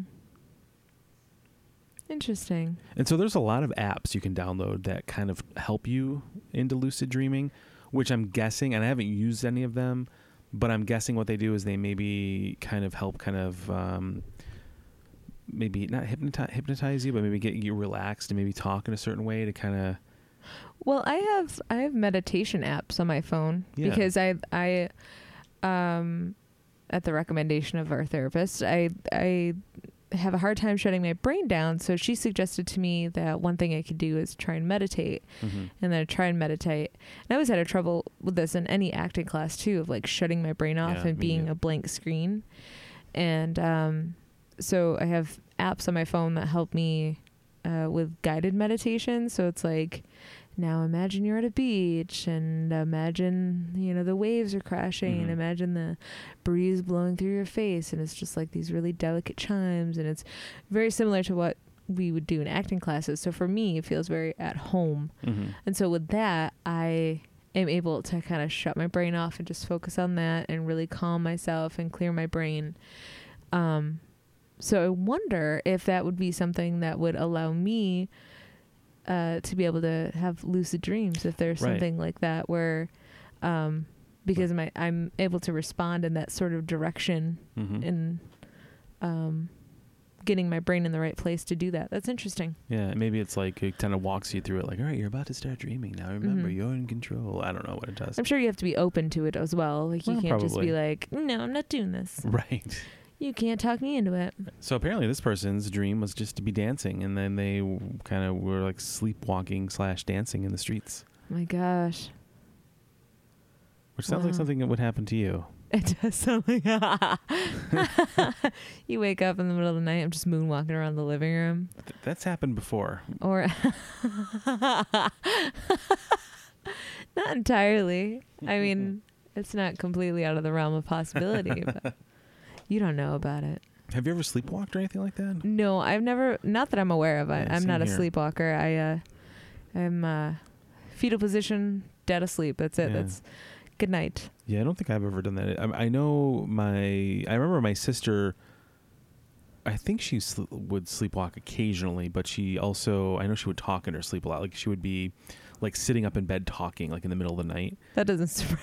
[SPEAKER 1] Interesting.
[SPEAKER 2] And so there's a lot of apps you can download that kind of help you into lucid dreaming, which I'm guessing, and I haven't used any of them, but I'm guessing what they do is they maybe kind of help kind of um, maybe not hypnotize, hypnotize you, but maybe get you relaxed and maybe talk in a certain way to kind of
[SPEAKER 1] Well, I have I have meditation apps on my phone
[SPEAKER 2] Yeah.
[SPEAKER 1] because I I um at the recommendation of our therapist, I I have a hard time shutting my brain down, so she suggested to me that one thing I could do is try and meditate
[SPEAKER 2] Mm-hmm.
[SPEAKER 1] and then I try and meditate. And I always had a trouble with this in any acting class too, of like shutting my brain off
[SPEAKER 2] Yeah,
[SPEAKER 1] and
[SPEAKER 2] me
[SPEAKER 1] being
[SPEAKER 2] neither.
[SPEAKER 1] a blank screen. And um, so I have apps on my phone that help me uh, with guided meditation. So it's like now imagine you're at a beach and imagine you know the waves are crashing and
[SPEAKER 2] Mhm.
[SPEAKER 1] imagine the breeze blowing through your face and it's just like these really delicate chimes and it's very similar to what we would do in acting classes so for me it feels very at home
[SPEAKER 2] Mm-hmm.
[SPEAKER 1] and so with that, I am able to kind of shut my brain off and just focus on that and really calm myself and clear my brain. Um, so I wonder if that would be something that would allow me uh, to be able to have lucid dreams if there's
[SPEAKER 2] Right.
[SPEAKER 1] something like that where um, because my I'm able to respond in that sort of direction
[SPEAKER 2] Mm-hmm.
[SPEAKER 1] and um, getting my brain in the right place to do that. That's interesting.
[SPEAKER 2] Yeah, and maybe it's like it kind of walks you through it. Like, all right, you're about to start dreaming now. Remember,
[SPEAKER 1] Mhm.
[SPEAKER 2] you're in control. I don't know what it does.
[SPEAKER 1] I'm sure you have to be open to it as well. Like you
[SPEAKER 2] Well,
[SPEAKER 1] can't just
[SPEAKER 2] probably.
[SPEAKER 1] be like, "No, I'm not doing this."
[SPEAKER 2] Right.
[SPEAKER 1] You can't talk me into it.
[SPEAKER 2] So apparently, this person's dream was just to be dancing, and then they kind of were like sleepwalking slash dancing in the streets,
[SPEAKER 1] my gosh,
[SPEAKER 2] which sounds like
[SPEAKER 1] Wow.
[SPEAKER 2] something that would happen to you.
[SPEAKER 1] it does something. you wake up in the middle of the night. I'm just moonwalking around the living room,
[SPEAKER 2] Th- that's happened before.
[SPEAKER 1] or not entirely. I mean, it's not completely out of the realm of possibility, but you don't know about it.
[SPEAKER 2] Have you ever sleepwalked or anything like that?
[SPEAKER 1] No, I've never. Not that I'm aware of. I,
[SPEAKER 2] Yeah,
[SPEAKER 1] I'm
[SPEAKER 2] same
[SPEAKER 1] not a
[SPEAKER 2] here.
[SPEAKER 1] sleepwalker. I, uh, I'm uh, fetal position, dead asleep. That's it.
[SPEAKER 2] Yeah.
[SPEAKER 1] That's good night.
[SPEAKER 2] Yeah, I don't think I've ever done that. I, I know my. I remember my sister. I think she sl- would sleepwalk occasionally, but she also. I know she would talk in her sleep a lot. Like she would be, like sitting up in bed talking, like in the middle of the night.
[SPEAKER 1] That doesn't surprise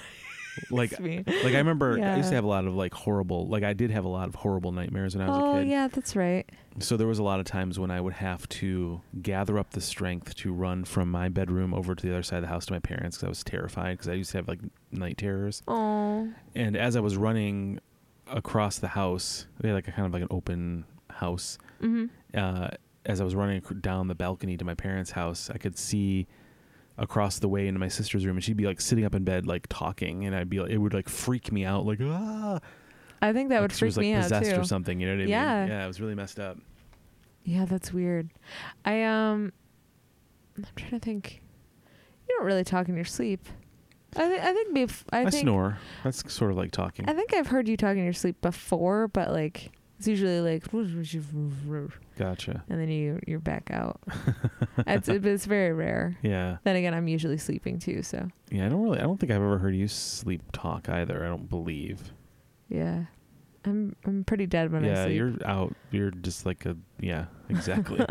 [SPEAKER 2] Like
[SPEAKER 1] me.
[SPEAKER 2] like I remember I used
[SPEAKER 1] Yeah.
[SPEAKER 2] to have a lot of like horrible. Like I did have a lot of horrible nightmares when I was
[SPEAKER 1] Oh
[SPEAKER 2] a kid.
[SPEAKER 1] yeah, that's right.
[SPEAKER 2] So there was a lot of times when I would have to gather up the strength to run from my bedroom over to the other side of the house to my parents because I was terrified because I used to have like night terrors.
[SPEAKER 1] Oh,
[SPEAKER 2] and as I was running across the house, they had like a kind of like an open house.
[SPEAKER 1] hmm
[SPEAKER 2] Uh, as I was running ac- down the balcony to my parents' house, I could see across the way into my sister's room, and she'd be like sitting up in bed, like talking, and I'd be like, it would like freak me out, like ah,
[SPEAKER 1] I think that
[SPEAKER 2] Like
[SPEAKER 1] would
[SPEAKER 2] she
[SPEAKER 1] freak
[SPEAKER 2] was like
[SPEAKER 1] me out
[SPEAKER 2] possessed
[SPEAKER 1] too.
[SPEAKER 2] or something. You know what I
[SPEAKER 1] Yeah.
[SPEAKER 2] mean? Yeah, it was really messed up.
[SPEAKER 1] Yeah, that's weird. I um, I'm trying to think. You don't really talk in your sleep. I think I think bef- I,
[SPEAKER 2] I,
[SPEAKER 1] think
[SPEAKER 2] snore. That's sort of like talking.
[SPEAKER 1] I think I've heard you talk in your sleep before, but like it's usually like and
[SPEAKER 2] gotcha.
[SPEAKER 1] then you you're back out. it's it- it's very rare.
[SPEAKER 2] Yeah,
[SPEAKER 1] Then again, I'm usually sleeping too, so
[SPEAKER 2] yeah. I don't really. I don't think I've ever heard you sleep talk either. I don't believe.
[SPEAKER 1] yeah, I'm I'm pretty dead when I
[SPEAKER 2] yeah,
[SPEAKER 1] sleep.
[SPEAKER 2] you're out. You're just like a yeah, exactly.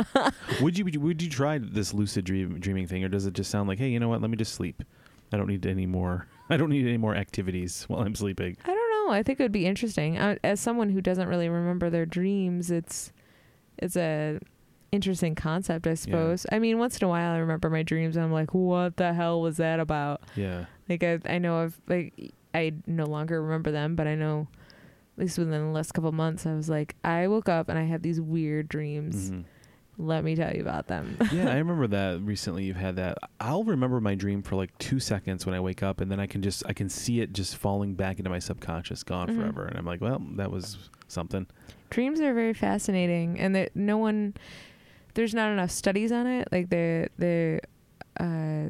[SPEAKER 2] would you would you try this lucid dream, dreaming thing, or does it just sound like, hey, you know what? Let me just sleep. I don't need any more. I don't need any more activities while I'm sleeping.
[SPEAKER 1] I don't know. I think it would be interesting. I, as someone who doesn't really remember their dreams, it's it's a interesting concept, I suppose. I mean, once in a while, I remember my dreams, and I'm like, "What the hell was that about?"
[SPEAKER 2] Yeah,
[SPEAKER 1] Like, I I know I've like I no longer remember them, but I know at least within the last couple months, I was like, I woke up and I had these weird dreams.
[SPEAKER 2] Mhm.
[SPEAKER 1] Let me tell you about them.
[SPEAKER 2] yeah. I remember that recently. You've had that. I'll remember my dream for like two seconds when I wake up, and then I can just I can see it just falling back into my subconscious, gone
[SPEAKER 1] Mhm.
[SPEAKER 2] forever. And I'm like, well, that was something.
[SPEAKER 1] dreams are very fascinating and that no one there's not enough studies on it like the the uh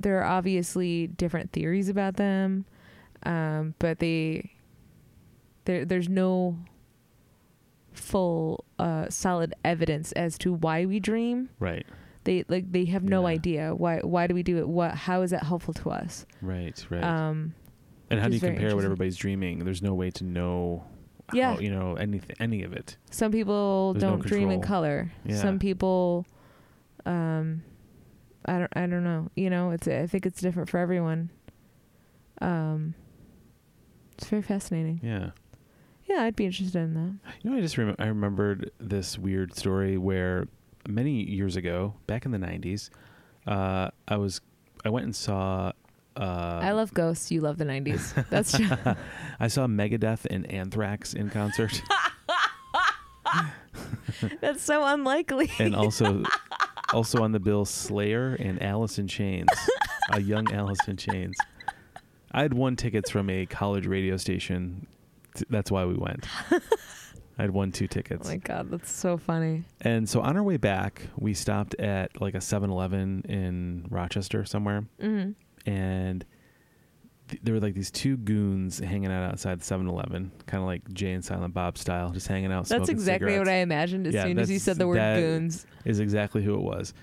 [SPEAKER 1] there are obviously different theories about them um but they there there's no full uh solid evidence as to why we dream
[SPEAKER 2] Right.
[SPEAKER 1] they like they have no
[SPEAKER 2] Yeah.
[SPEAKER 1] idea why why do we do it what how is that helpful to us
[SPEAKER 2] Right. Right.
[SPEAKER 1] um
[SPEAKER 2] and how
[SPEAKER 1] which
[SPEAKER 2] do you
[SPEAKER 1] is very
[SPEAKER 2] compare what
[SPEAKER 1] interesting.
[SPEAKER 2] everybody's dreaming? There's no way to know.
[SPEAKER 1] Yeah.
[SPEAKER 2] How, you know anything any of it.
[SPEAKER 1] Some people
[SPEAKER 2] There's no
[SPEAKER 1] don't dream in
[SPEAKER 2] control.
[SPEAKER 1] color.
[SPEAKER 2] Yeah.
[SPEAKER 1] Some people, um, I don't. I don't know. You know, it's. I think it's different for everyone. Um, it's very fascinating.
[SPEAKER 2] Yeah.
[SPEAKER 1] Yeah, I'd be interested in that.
[SPEAKER 2] You know, I just remem I remembered this weird story where many years ago, back in the '90s, uh, I was I went and saw. Uh,
[SPEAKER 1] I love ghosts. You love the '90s. That's true.
[SPEAKER 2] I saw Megadeth and Anthrax in concert,
[SPEAKER 1] That's so unlikely.
[SPEAKER 2] and also also on the bill Slayer and Alice in Chains, a young Alice in Chains. I had won tickets from a college radio station. T- That's why we went. I had won two
[SPEAKER 1] Oh
[SPEAKER 2] tickets.
[SPEAKER 1] my god, that's so funny.
[SPEAKER 2] And so on our way back, we stopped at like a 7-Eleven in Rochester somewhere,
[SPEAKER 1] Mm-hmm.
[SPEAKER 2] and th- there were like these two goons hanging out outside the 7-Eleven, kind of like Jay and Silent Bob style, just hanging out.
[SPEAKER 1] That's exactly what I imagined as
[SPEAKER 2] Yeah,
[SPEAKER 1] soon as you
[SPEAKER 2] that's-
[SPEAKER 1] said the word
[SPEAKER 2] that-
[SPEAKER 1] goons.
[SPEAKER 2] is exactly who it was.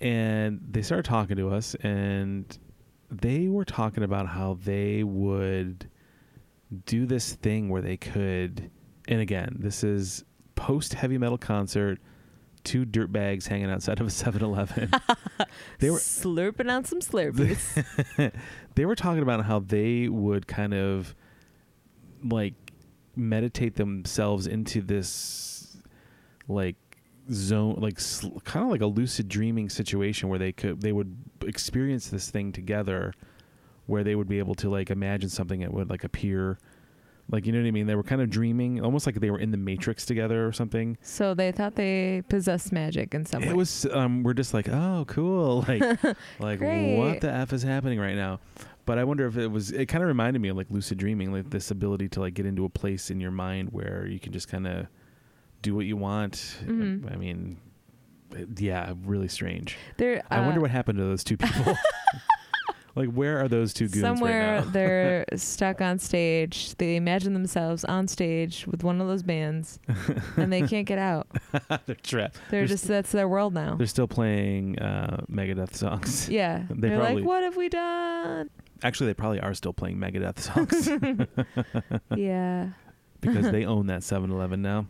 [SPEAKER 2] And they started talking to us, and they were talking about how they would do this thing where they could. And again, this is post heavy metal concert. Two dirtbags hanging outside of a 7-Eleven. they were
[SPEAKER 1] slurping on some slurpees.
[SPEAKER 2] they were talking about how they would kind of like meditate themselves into this like zone like sl- kind of like a lucid dreaming situation where they could they would experience this thing together where they would be able to like imagine something that would like appear like you know what i mean they were kind of dreaming almost like they were in the matrix together or something
[SPEAKER 1] so they thought they possessed magic in some way.
[SPEAKER 2] it was um, we're just like, oh, cool, like, like
[SPEAKER 1] Great.
[SPEAKER 2] what the f is happening right now? But I wonder if it was. It kind of reminded me of like lucid dreaming, like this ability to like get into a place in your mind where you can just kind of do what you want.
[SPEAKER 1] Mhm.
[SPEAKER 2] I mean, it- yeah, really strange.
[SPEAKER 1] They're,
[SPEAKER 2] I wonder
[SPEAKER 1] uh,
[SPEAKER 2] what happened to those two people. like, where are those two goons
[SPEAKER 1] somewhere
[SPEAKER 2] right now?
[SPEAKER 1] they're stuck on stage. They imagine themselves on stage with one of those bands, and they can't get out.
[SPEAKER 2] they're trapped.
[SPEAKER 1] They're
[SPEAKER 2] There's-
[SPEAKER 1] just that's their world now.
[SPEAKER 2] They're still playing uh, Megadeth songs.
[SPEAKER 1] Yeah,
[SPEAKER 2] They
[SPEAKER 1] they are
[SPEAKER 2] probably-
[SPEAKER 1] like, what have we done?
[SPEAKER 2] Actually, they probably are still playing Megadeth songs.
[SPEAKER 1] yeah.
[SPEAKER 2] because they own that 7-Eleven now.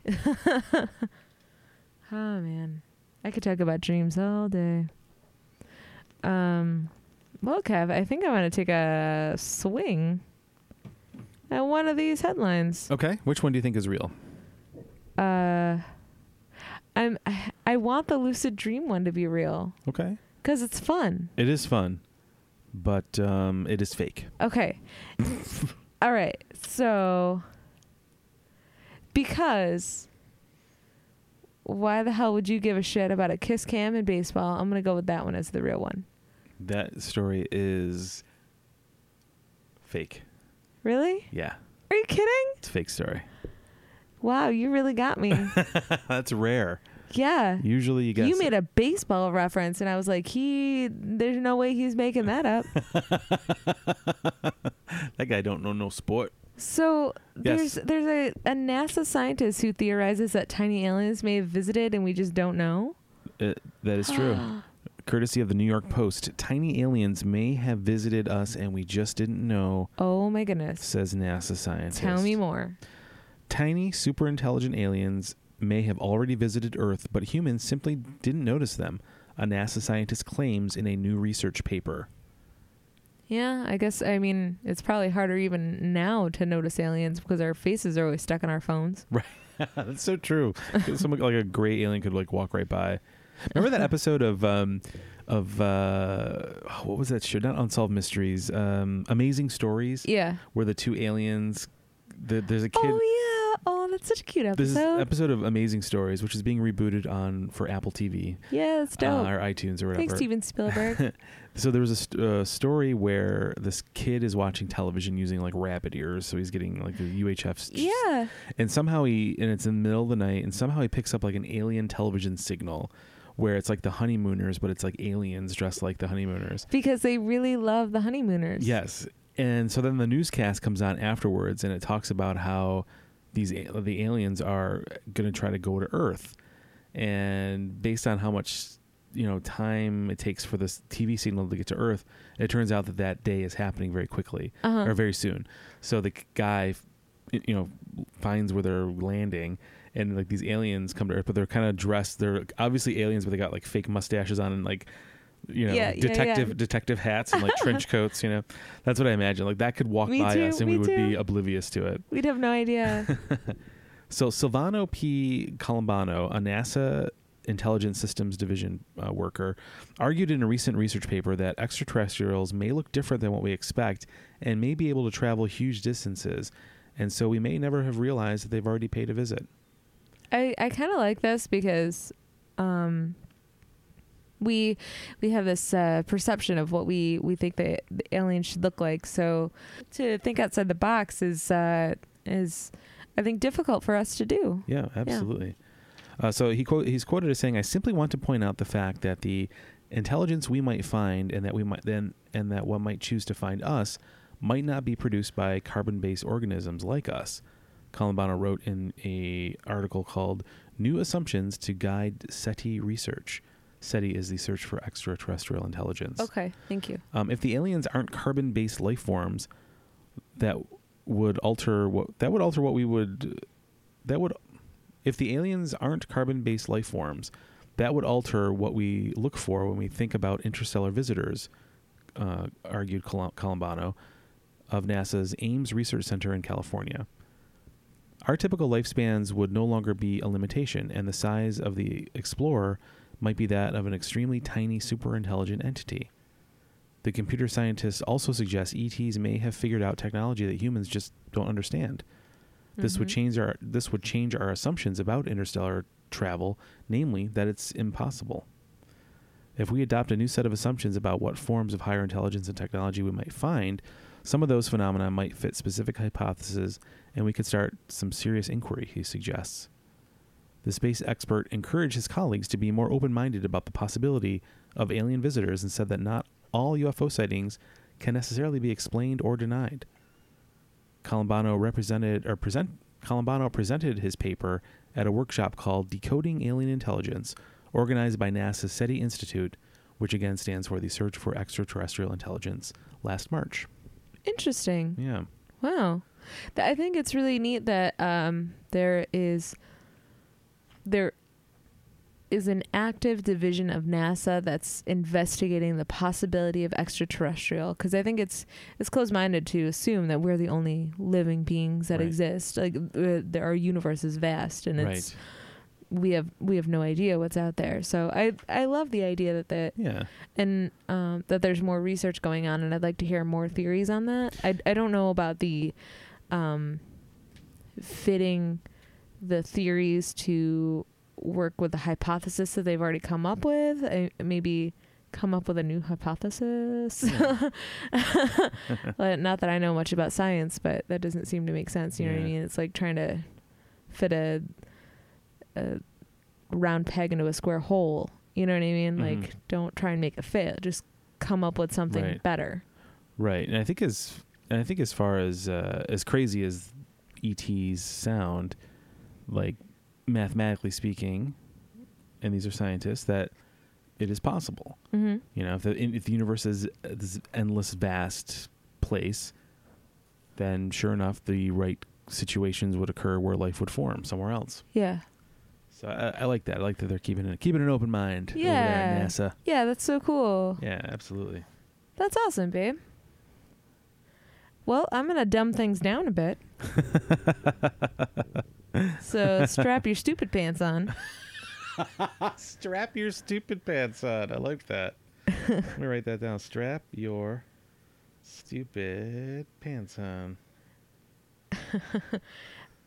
[SPEAKER 1] Oh man, I could talk about dreams all day. Um, well, Kev, I think I want to take a swing at one of these headlines.
[SPEAKER 2] Okay, which one do you think is real? Oh.
[SPEAKER 1] Uh, I'm I- I want the lucid dream one to be real
[SPEAKER 2] Okay,
[SPEAKER 1] because it's fun.
[SPEAKER 2] it is fun, but um, it is fake.
[SPEAKER 1] Okay. All right. So, because why the hell would you give a shit about a kiss cam in baseball? I'm going to go with that one as the real one.
[SPEAKER 2] That story is fake.
[SPEAKER 1] Really?
[SPEAKER 2] Yeah,
[SPEAKER 1] Are you kidding?
[SPEAKER 2] it's a fake story.
[SPEAKER 1] Wow, you really got me.
[SPEAKER 2] That's rare.
[SPEAKER 1] yeah.
[SPEAKER 2] Usually, you guess.
[SPEAKER 1] You made a baseball reference, and I was like, he, there's no way he's making that up.
[SPEAKER 2] that guy don't know no sport.
[SPEAKER 1] So there's
[SPEAKER 2] Yes.
[SPEAKER 1] there's a, a NASA scientist who theorizes that tiny aliens may have visited and we just don't know.
[SPEAKER 2] Uh, that is true. Courtesy of the New York Post, tiny aliens may have visited us and we just didn't know,
[SPEAKER 1] Oh my goodness.
[SPEAKER 2] says NASA scientist.
[SPEAKER 1] Tell me more.
[SPEAKER 2] Tiny, super intelligent aliens may have already visited Earth, but humans simply didn't notice them, a NASA scientist claims in a new research paper.
[SPEAKER 1] Yeah, I guess I mean it's probably harder even now to notice aliens because our faces are always stuck in our phones.
[SPEAKER 2] That's so true. Someone like a gray alien could like walk right by. Remember that episode of um of uh what was that show? Not Unsolved Mysteries, um Amazing Stories
[SPEAKER 1] Yeah.
[SPEAKER 2] where the two aliens the, there's a kid
[SPEAKER 1] Oh yeah. Oh, that's such a cute
[SPEAKER 2] There's this
[SPEAKER 1] episode.
[SPEAKER 2] episode of Amazing Stories, which is being rebooted on for Apple TV
[SPEAKER 1] yeah, it's
[SPEAKER 2] uh,
[SPEAKER 1] dope.
[SPEAKER 2] or iTunes or whatever.
[SPEAKER 1] Thanks, Steven Spielberg.
[SPEAKER 2] So there was a st- uh, story where this kid is watching television using like rabbit ears, so he's getting like the UHF. s-
[SPEAKER 1] yeah.
[SPEAKER 2] And somehow he, and it's in the middle of the night, and somehow he picks up like an alien television signal, where it's like the honeymooners, but it's like aliens dressed like the honeymooners.
[SPEAKER 1] Because they really love the honeymooners.
[SPEAKER 2] Yes. And so then the newscast comes on afterwards, and it talks about how these a- the aliens are going to try to go to Earth, and based on how much you know time it takes for this TV signal to get to Earth, it turns out that that day is happening very quickly
[SPEAKER 1] Uh-huh.
[SPEAKER 2] or very soon. So the c- guy, f- you know, finds where they're landing, and like these aliens come to Earth, but they're kind of dressed. They're obviously aliens, but they got like fake mustaches on and like you know,
[SPEAKER 1] Yeah, yeah, yeah.
[SPEAKER 2] detective detective hats and like trench coats. You know, that's what I imagine. Like that could walk
[SPEAKER 1] Me
[SPEAKER 2] by
[SPEAKER 1] too,
[SPEAKER 2] us and
[SPEAKER 1] me
[SPEAKER 2] we would be
[SPEAKER 1] too.
[SPEAKER 2] oblivious to it.
[SPEAKER 1] We'd have no idea.
[SPEAKER 2] So Silvano P. Colombano, a NASA intelligence systems division uh, worker, argued in a recent research paper that extraterrestrials may look different than what we expect and may be able to travel huge distances, and so we may never have realized that they've already paid a visit.
[SPEAKER 1] I, I kind of like this because um, we we have this uh, perception of what we, we think the, the aliens should look like. So to think outside the box is uh, is I think difficult for us to do.
[SPEAKER 2] Yeah, absolutely. Uh, so he quote he's quoted as saying, "I simply want to point out the fact that the intelligence we might find, and that we might then, and that one might choose to find us, might not be produced by carbon-based organisms like us." Colombano wrote in a article called "New Assumptions to Guide SETI Research." SETI is the Search for Extraterrestrial Intelligence.
[SPEAKER 1] Okay, thank you.
[SPEAKER 2] Um, if the aliens aren't carbon-based life forms, that would alter what that would alter what we would that would if the aliens aren't carbon-based life forms, that would alter what we look for when we think about interstellar visitors, uh, argued Col- Colombano of NASA's Ames Research Center in California. Our typical lifespans would no longer be a limitation, and the size of the explorer might be that of an extremely tiny superintelligent entity. The computer scientists also suggest ETs may have figured out technology that humans just don't understand. This would
[SPEAKER 1] Mhm.
[SPEAKER 2] change our this would change our assumptions about interstellar travel, namely that it's impossible. If we adopt a new set of assumptions about what forms of higher intelligence and technology we might find, some of those phenomena might fit specific hypotheses and we could start some serious inquiry, he suggests. The space expert encouraged his colleagues to be more open minded about the possibility of alien visitors and said that not all UFO sightings can necessarily be explained or denied. Colombano represented or present Colombano presented his paper at a workshop called Decoding Alien Intelligence, organized by NASA's SETI Institute, which again stands for the Search for Extraterrestrial Intelligence, last March.
[SPEAKER 1] Interesting.
[SPEAKER 2] Yeah.
[SPEAKER 1] Wow. Th- I think it's really neat that um, there is there is an active division of NASA that's investigating the possibility of extraterrestrial because I think it's it's closed-minded to assume that we're the only living beings that
[SPEAKER 2] Right.
[SPEAKER 1] exist. Like uh, there- our universe is vast and it's we have we have no idea what's out there. So I I love the idea that the
[SPEAKER 2] Yeah.
[SPEAKER 1] and um, that there's more research going on, and I'd like to hear more theories on that. I, I don't know about the um, fitting the theories to work with the hypothesis that they've already come up with. I, maybe come up with a new hypothesis. Like, Not that I know much about science, but that doesn't seem to make sense. You know what I
[SPEAKER 2] Yeah.
[SPEAKER 1] mean? It's like trying to fit a, a round peg into a square hole. You know what I mean?
[SPEAKER 2] Mhm.
[SPEAKER 1] Like, don't try and make it fit. Just come up with something
[SPEAKER 2] Right.
[SPEAKER 1] better.
[SPEAKER 2] Right, and I think as and I think as far as uh, as crazy as ETs sound, like mathematically speaking, and these are scientists that it is possible.
[SPEAKER 1] Mm-hmm.
[SPEAKER 2] You know, if the if the universe is this endless vast place, then sure enough, the right situations would occur where life would form somewhere else.
[SPEAKER 1] Yeah.
[SPEAKER 2] So I, I like that. I like that they're keeping it keeping an open mind. over there at
[SPEAKER 1] Yeah.
[SPEAKER 2] NASA.
[SPEAKER 1] Yeah, that's so cool.
[SPEAKER 2] Yeah, absolutely.
[SPEAKER 1] That's awesome, babe. Well, I'm going to dumb things down a bit. so strap your stupid pants on.
[SPEAKER 2] Strap your stupid pants on. I like that. Let me write that down. Strap your stupid pants on.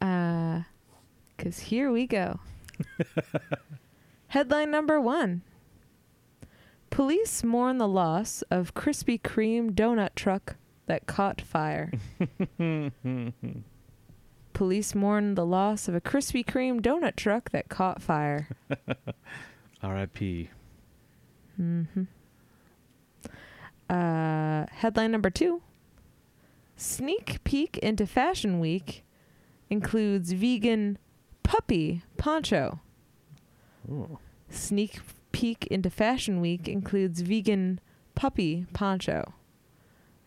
[SPEAKER 1] Uh, 'cause here we go. Headline number one Police mourn the loss of Krispy Kreme donut truck that caught fire. Police mourn the loss of a Krispy Kreme donut truck that caught fire.
[SPEAKER 2] R.I.P.
[SPEAKER 1] hmm Uh, headline number two Sneak peek into Fashion Week includes vegan puppy poncho.
[SPEAKER 2] Ooh.
[SPEAKER 1] Sneak peek into Fashion Week includes vegan puppy poncho.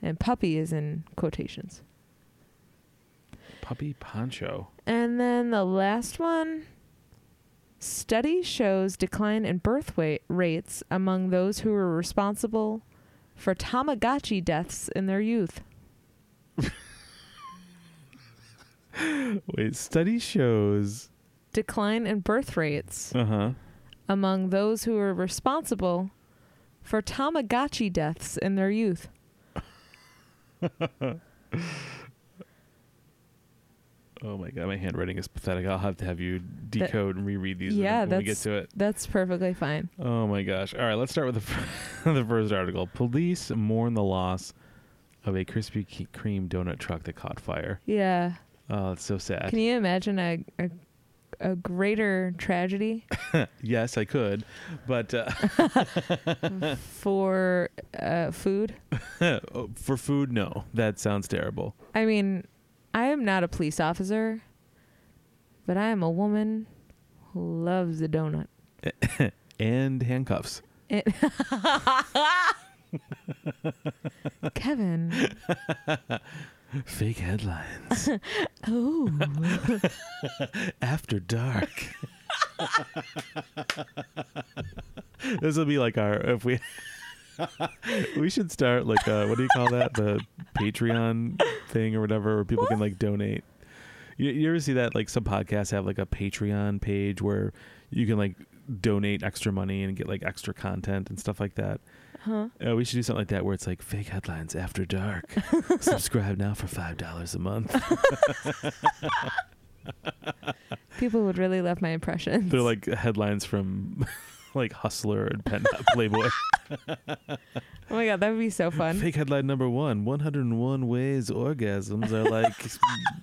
[SPEAKER 1] And puppy is in quotations.
[SPEAKER 2] Puppy poncho.
[SPEAKER 1] And then the last one Study shows decline in birth weight rates among those who were responsible for Tamagotchi deaths in their youth.
[SPEAKER 2] Wait, study shows.
[SPEAKER 1] Decline in birth rates
[SPEAKER 2] Uh huh.
[SPEAKER 1] among those who were responsible for Tamagotchi deaths in their youth.
[SPEAKER 2] Oh my god, my handwriting is pathetic. I'll have to have you decode and reread these
[SPEAKER 1] Yeah,
[SPEAKER 2] when, when we get
[SPEAKER 1] that's-
[SPEAKER 2] to it.
[SPEAKER 1] That's perfectly fine.
[SPEAKER 2] Oh my gosh. All right, let's start with the fir- the first article. Police mourn the loss of a Krispy K- Kreme donut truck that caught fire.
[SPEAKER 1] Yeah.
[SPEAKER 2] Oh, it's so sad.
[SPEAKER 1] Can you imagine a, a, a greater tragedy
[SPEAKER 2] yes, I could, but uh,
[SPEAKER 1] for uh, food?
[SPEAKER 2] oh, for food, no. That sounds terrible.
[SPEAKER 1] I mean, I am not a police officer, but I am a woman who loves a donut.
[SPEAKER 2] And handcuffs.
[SPEAKER 1] It- Kevin.
[SPEAKER 2] Fake headlines.
[SPEAKER 1] Oh.
[SPEAKER 2] After dark. this will be like our if we we should start like uh what do you call that the Patreon thing or whatever where people can like donate. You, you ever see that like some podcasts have like a Patreon page where you can like donate extra money and get like extra content and stuff like that.
[SPEAKER 1] Huh?
[SPEAKER 2] Uh, we should do something like that where it's like fake headlines after dark. Subscribe now for five dollars a month.
[SPEAKER 1] People would really love my impressions.
[SPEAKER 2] They're like headlines from like Hustler and Pen Playboy.
[SPEAKER 1] oh my god, that would be so fun.
[SPEAKER 2] Fake headline number one: 101 ways orgasms are like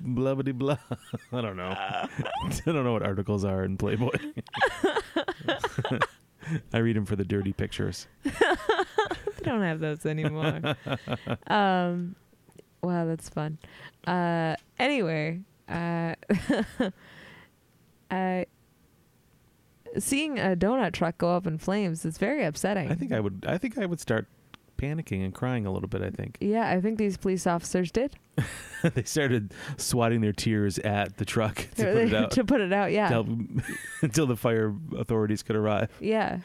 [SPEAKER 2] blah blah blah. I don't know. I don't know what articles are in Playboy. I read them for the dirty pictures.
[SPEAKER 1] They don't have those anymore. um, wow, that's fun. Uh, anyway, uh, I, seeing a donut truck go up in flames is very upsetting.
[SPEAKER 2] I think I would. I think I would start panicking and crying a little bit. I think
[SPEAKER 1] yeah, I think these police officers did
[SPEAKER 2] they started swatting their tears at the truck to put it out.
[SPEAKER 1] to put it out. Yeah,
[SPEAKER 2] to help- until the fire authorities could arrive.
[SPEAKER 1] yeah.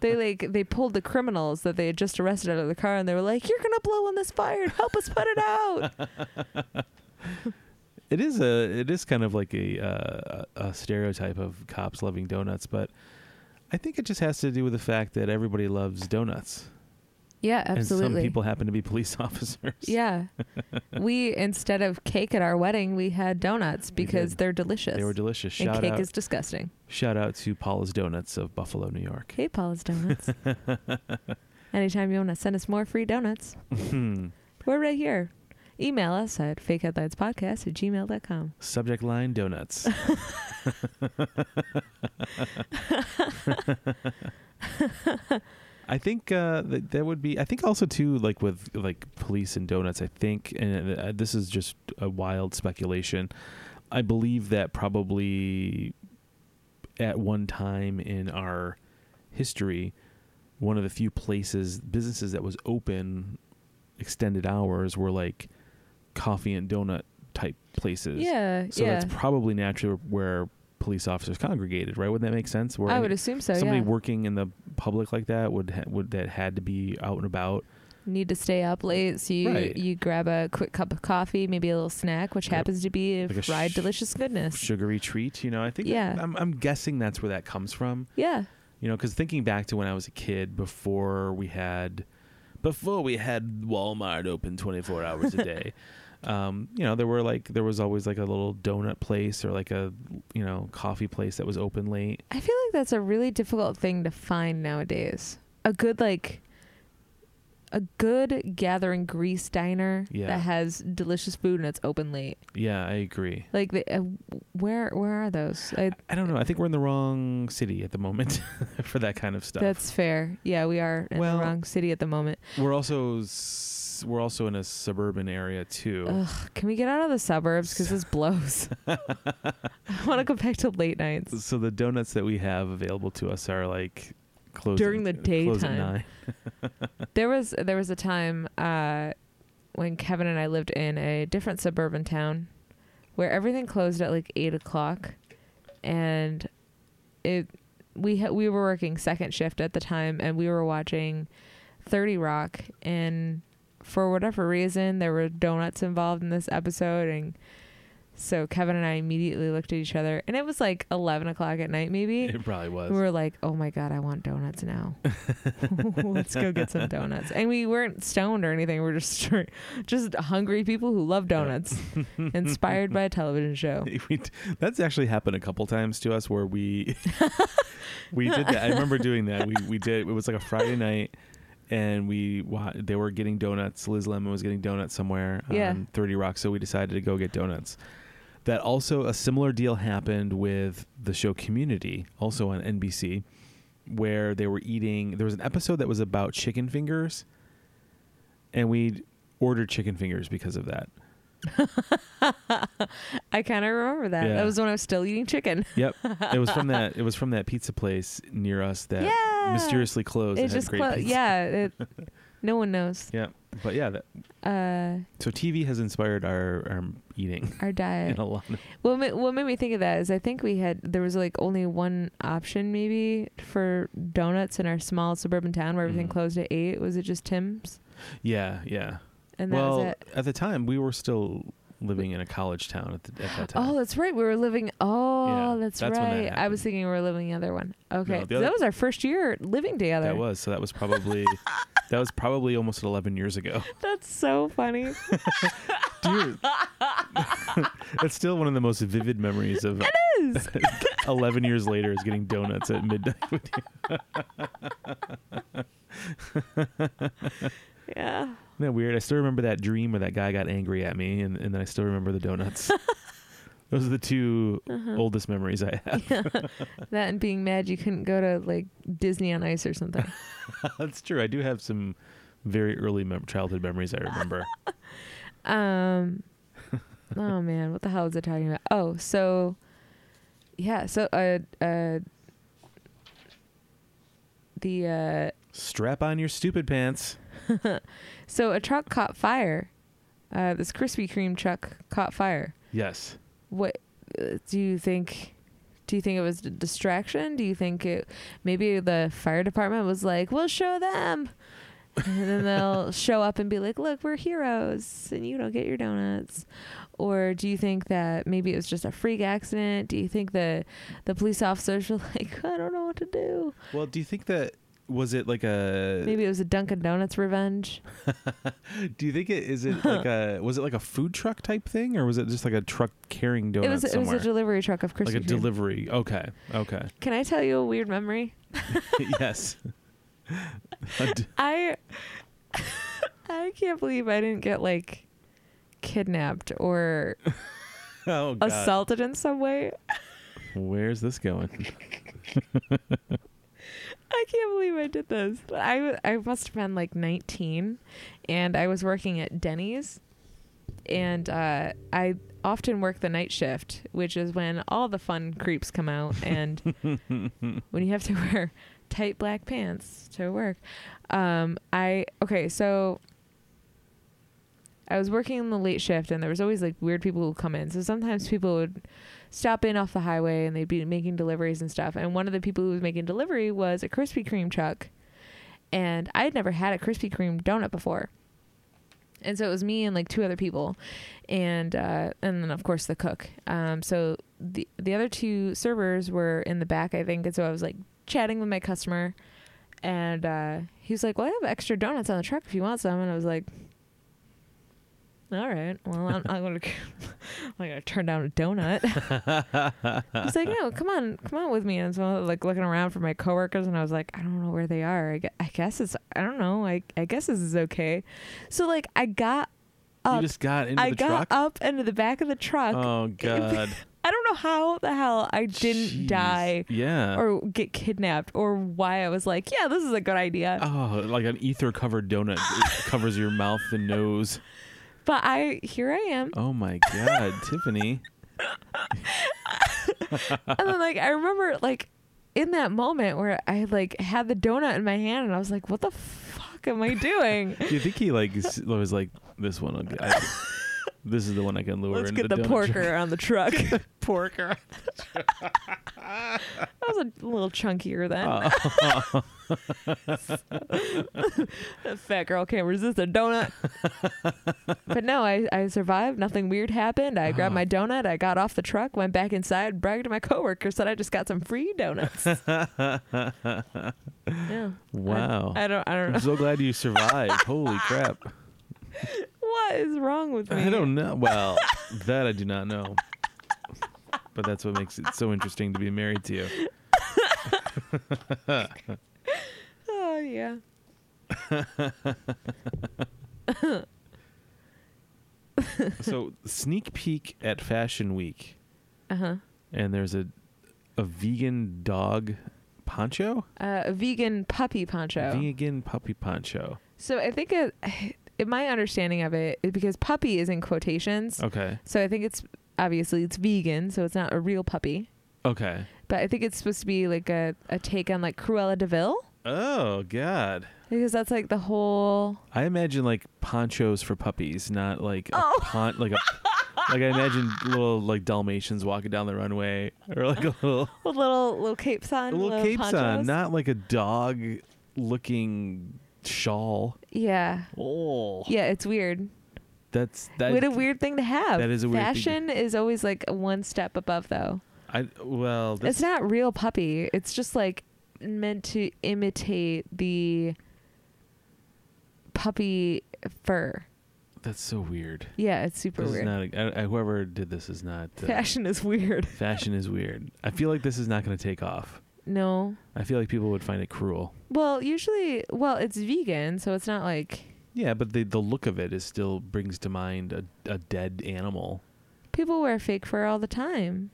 [SPEAKER 1] they like they pulled the criminals that they had just arrested out of the car, and they were like, "You're gonna blow on this fire. Help us put it out."
[SPEAKER 2] It is a it is kind of like a uh, a stereotype of cops loving donuts, but I think it just has to do with the fact that everybody loves donuts,
[SPEAKER 1] yeah, absolutely.
[SPEAKER 2] and some people happen to be police officers.
[SPEAKER 1] Yeah. we instead of cake at our wedding, we had donuts
[SPEAKER 2] We
[SPEAKER 1] because
[SPEAKER 2] did.
[SPEAKER 1] they're delicious.
[SPEAKER 2] they were delicious.
[SPEAKER 1] and
[SPEAKER 2] Shout
[SPEAKER 1] cake
[SPEAKER 2] out
[SPEAKER 1] is disgusting.
[SPEAKER 2] shout out to Paula's Donuts of Buffalo, New York.
[SPEAKER 1] Okay, Paula's donuts. Anytime you want to send us more free donuts,
[SPEAKER 2] Hmm.
[SPEAKER 1] we're right here. Email us at fakeheadlinespodcast at gmail.com.
[SPEAKER 2] Subject line donuts. I think uh, that that would be. I think also too, like with like police and donuts. I think, and uh, this is just a wild speculation. I believe that probably at one time in our history, one of the few places businesses that was open extended hours were like coffee and donut type places.
[SPEAKER 1] Yeah,
[SPEAKER 2] So
[SPEAKER 1] yeah.
[SPEAKER 2] that's probably naturally where police officers congregated, right? Wouldn't that make sense? Where
[SPEAKER 1] I
[SPEAKER 2] any-
[SPEAKER 1] would assume so,
[SPEAKER 2] somebody
[SPEAKER 1] yeah.
[SPEAKER 2] working in the public like that would ha- would that had to be out and about.
[SPEAKER 1] Need to stay up late, so you,
[SPEAKER 2] Right.
[SPEAKER 1] you grab a quick cup of coffee, maybe a little snack, which
[SPEAKER 2] Yep.
[SPEAKER 1] happens to be a
[SPEAKER 2] Like a sh-
[SPEAKER 1] fried delicious goodness.
[SPEAKER 2] Sugary treat, you know. I think.
[SPEAKER 1] Yeah.
[SPEAKER 2] I'm, I'm guessing that's where that comes from.
[SPEAKER 1] yeah.
[SPEAKER 2] You know, because thinking back to when I was a kid, before we had, before we had Walmart open 24 hours a day, um, you know, there were like there was always like a little donut place or like a you know coffee place that was open late.
[SPEAKER 1] I feel like that's a really difficult thing to find nowadays. A good like a good gathering grease diner
[SPEAKER 2] Yeah.
[SPEAKER 1] that has delicious food and it's open late.
[SPEAKER 2] Yeah, I agree.
[SPEAKER 1] Like the, uh, where where are those? I,
[SPEAKER 2] I don't know. I think we're in the wrong city at the moment for that kind of stuff.
[SPEAKER 1] that's fair. Yeah, we are in
[SPEAKER 2] Well-
[SPEAKER 1] the wrong city at the moment.
[SPEAKER 2] we're also s- we're also in a suburban area too.
[SPEAKER 1] Ugh, can we get out of the suburbs cuz this blows. I want to go back to late nights.
[SPEAKER 2] so the donuts that we have available to us are like closed
[SPEAKER 1] During the
[SPEAKER 2] Close at
[SPEAKER 1] daytime.
[SPEAKER 2] nine.
[SPEAKER 1] There was there was a time uh when Kevin and I lived in a different suburban town where everything closed at like eight o'clock and it we ha- we were working second shift at the time and we were watching 30 Rock and for whatever reason there were donuts involved in this episode and so Kevin and I immediately looked at each other and it was like 11 o'clock at night maybe
[SPEAKER 2] It probably was.
[SPEAKER 1] we were like, oh my God, I want donuts now. Let's go get some donuts. And we weren't stoned or anything. We were just straight, just hungry people who love donuts, inspired by a television show.
[SPEAKER 2] We d- that's actually happened a couple times to us where we we did that. I remember doing that. We we did it was like a Friday night and we wa- they were getting donuts. Liz Lemon was getting donuts somewhere on
[SPEAKER 1] Yeah.
[SPEAKER 2] 30 Rock, so we decided to go get donuts. That also a similar deal happened with the show Community, also on NBC, where they were eating there was an episode that was about chicken fingers and we ordered chicken fingers because of that.
[SPEAKER 1] I kind of remember that.
[SPEAKER 2] Yeah.
[SPEAKER 1] That was when I was still eating chicken.
[SPEAKER 2] Yep. It was from that it was from that pizza place near us that
[SPEAKER 1] Yeah.
[SPEAKER 2] mysteriously closed.
[SPEAKER 1] It
[SPEAKER 2] and had
[SPEAKER 1] just
[SPEAKER 2] great
[SPEAKER 1] clo-
[SPEAKER 2] pizza.
[SPEAKER 1] yeah. It, no one knows.
[SPEAKER 2] Yeah. But yeah, that,
[SPEAKER 1] Uh,
[SPEAKER 2] so TV has inspired our, our eating
[SPEAKER 1] our diet.
[SPEAKER 2] in a lot. Of,
[SPEAKER 1] What ma- what made me think of that is I think we had there was like only one option maybe for donuts in our small suburban town where everything
[SPEAKER 2] Mhm.
[SPEAKER 1] closed at eight. Was it just Tim's?
[SPEAKER 2] yeah, yeah.
[SPEAKER 1] And that was
[SPEAKER 2] well,
[SPEAKER 1] it.
[SPEAKER 2] at the time we were still living in a college town at, the, at that time.
[SPEAKER 1] Oh, that's right. We were living. Oh,
[SPEAKER 2] Yeah,
[SPEAKER 1] that's,
[SPEAKER 2] that's when that
[SPEAKER 1] right. I was
[SPEAKER 2] happened.
[SPEAKER 1] thinking we were living the other one. Okay,
[SPEAKER 2] the
[SPEAKER 1] So
[SPEAKER 2] other-
[SPEAKER 1] that was our first year living together.
[SPEAKER 2] that was so that was probably that was probably almost 11 years ago.
[SPEAKER 1] That's so funny.
[SPEAKER 2] Dude. That's still one of the most vivid memories of it
[SPEAKER 1] is.
[SPEAKER 2] 11 years later is getting donuts at midnight with you.
[SPEAKER 1] yeah.
[SPEAKER 2] Isn't that weird? I still remember that dream where that guy got angry at me, and, and then I still remember the donuts. Those are the 2 oldest memories I have.
[SPEAKER 1] uh-huh. That and being mad you couldn't go to like Disney on Ice or something.
[SPEAKER 2] That's true. I do have some very early mem- childhood memories I remember.
[SPEAKER 1] Um, oh man, what the hell is it talking about? Oh, so yeah, so uh, uh, the uh,
[SPEAKER 2] Strap on your stupid pants.
[SPEAKER 1] so a truck caught fire. Uh, this Krispy Kreme truck caught fire.
[SPEAKER 2] Yes.
[SPEAKER 1] What uh, do you think? Do you think it was a distraction? Do you think it maybe the fire department was like, "We'll show them," and then they'll show up and be like, "Look, we're heroes, and you don't get your donuts." Or do you think that maybe it was just a freak accident? Do you think the the police officers were like, "I don't know what to do"?
[SPEAKER 2] Well, do you think that was it like a?
[SPEAKER 1] Maybe it was a Dunkin' Donuts revenge.
[SPEAKER 2] Do you think it is it like a? Was it like a food truck type thing, or was it just like a truck carrying
[SPEAKER 1] It
[SPEAKER 2] donuts
[SPEAKER 1] was it was
[SPEAKER 2] somewhere?
[SPEAKER 1] a delivery truck of Krispy
[SPEAKER 2] like a
[SPEAKER 1] Kreme.
[SPEAKER 2] delivery. Okay. Okay.
[SPEAKER 1] Can I tell you a weird memory?
[SPEAKER 2] yes. A d-
[SPEAKER 1] I I can't believe I didn't get like kidnapped or
[SPEAKER 2] oh God.
[SPEAKER 1] assaulted in some way.
[SPEAKER 2] Where's this going?
[SPEAKER 1] I can't believe I did this. I w- I must have been like 19 and I was working at Denny's and uh, I often work the night shift, which is when all the fun creeps come out and when you have to wear tight black pants to work. Um, I okay, so I was working in the late shift and there was always like weird people who come in. So sometimes people would stop in off the highway and they'd be making deliveries and stuff. And one of the people who was making delivery was a Krispy Kreme truck. And I had never had a Krispy Kreme donut before. And so it was me and like two other people, and uh, and then of course the cook. Um, so the the other two servers were in the back, I think. And so I was like chatting with my customer, and uh, he was like, "Well, I have extra donuts on the truck if you want some." And I was like, "All right, well, I'm, I'm gonna I'm gonna turn down a donut." He's like, no, come on, come on with me. And so I was like looking around for my coworkers, and I was like, I don't know where they are. I gue- I guess it's, I don't know. I, I guess this is okay. So like, I got
[SPEAKER 2] you
[SPEAKER 1] up,
[SPEAKER 2] just got into
[SPEAKER 1] I
[SPEAKER 2] the
[SPEAKER 1] got
[SPEAKER 2] truck.
[SPEAKER 1] up into the back of the truck.
[SPEAKER 2] Oh God!
[SPEAKER 1] I don't know how the hell I didn't
[SPEAKER 2] Jeez.
[SPEAKER 1] die
[SPEAKER 2] Yeah.
[SPEAKER 1] or get kidnapped or why I was like, yeah, this is a good idea.
[SPEAKER 2] oh, like an ether covered donut it covers your mouth and nose.
[SPEAKER 1] but I, here I am.
[SPEAKER 2] Oh my God, Tiffany!
[SPEAKER 1] and then like I remember like in that moment where I like had the donut in my hand, and I was like, what the fuck am I doing?
[SPEAKER 2] Do you think he like s- was like this one? I'll get- I, this is the one I can lure.
[SPEAKER 1] Let's get
[SPEAKER 2] into the,
[SPEAKER 1] the
[SPEAKER 2] donut
[SPEAKER 1] porker
[SPEAKER 2] truck."
[SPEAKER 1] on the truck.
[SPEAKER 2] fork.
[SPEAKER 1] That was a little chunkier then.
[SPEAKER 2] Uh, Oh,
[SPEAKER 1] that fat girl can't resist a donut. but no, I, I survived. Nothing weird happened. I grabbed
[SPEAKER 2] Ah.
[SPEAKER 1] my donut. I got off the truck, went back inside, bragged to my coworker, said I just got some free donuts. yeah.
[SPEAKER 2] wow.
[SPEAKER 1] I, I don't. I don't
[SPEAKER 2] I'm
[SPEAKER 1] know.
[SPEAKER 2] so glad you survived. Holy crap.
[SPEAKER 1] What is wrong with me?
[SPEAKER 2] I don't know. Well, that I do not know. But that's what makes it so interesting to be married to you.
[SPEAKER 1] Oh yeah.
[SPEAKER 2] So, sneak peek at Fashion Week,
[SPEAKER 1] Uh
[SPEAKER 2] Uh-huh.
[SPEAKER 1] huh.
[SPEAKER 2] and there's a a vegan dog poncho,
[SPEAKER 1] Uh, a vegan puppy poncho.
[SPEAKER 2] vegan puppy poncho.
[SPEAKER 1] So I think it, it, my understanding of it is because puppy is in quotations.
[SPEAKER 2] Okay,
[SPEAKER 1] So I think it's obviously it's vegan, so it's not a real puppy.
[SPEAKER 2] okay.
[SPEAKER 1] But I think it's supposed to be like a, a take on like Cruella de Vil
[SPEAKER 2] Oh God,
[SPEAKER 1] because that's like the whole.
[SPEAKER 2] I imagine like ponchos for puppies, not like
[SPEAKER 1] Oh.
[SPEAKER 2] a pon- like a like I imagine little like Dalmatians walking down the runway or like a little
[SPEAKER 1] With little little capes on,
[SPEAKER 2] a little capes on,
[SPEAKER 1] ponchos.
[SPEAKER 2] not like a dog looking shawl.
[SPEAKER 1] yeah,
[SPEAKER 2] Oh,
[SPEAKER 1] yeah, it's weird.
[SPEAKER 2] that's that.
[SPEAKER 1] what a weird thing to have.
[SPEAKER 2] that is a weird thing to-
[SPEAKER 1] Fashion is always like one step above, though.
[SPEAKER 2] I well, that's,
[SPEAKER 1] it's not real puppy. It's just like meant to imitate the puppy fur.
[SPEAKER 2] that's so weird.
[SPEAKER 1] Yeah, it's super
[SPEAKER 2] This is
[SPEAKER 1] weird.
[SPEAKER 2] not. A, I, I- whoever did this is not. Uh,
[SPEAKER 1] Fashion is weird.
[SPEAKER 2] fashion is weird. I feel like this is not going to take off.
[SPEAKER 1] No.
[SPEAKER 2] I feel like people would find it cruel.
[SPEAKER 1] Well, usually, well, it's vegan, so it's not like
[SPEAKER 2] Yeah, but the the look of it is still brings to mind a, a dead animal.
[SPEAKER 1] people wear fake fur all the time.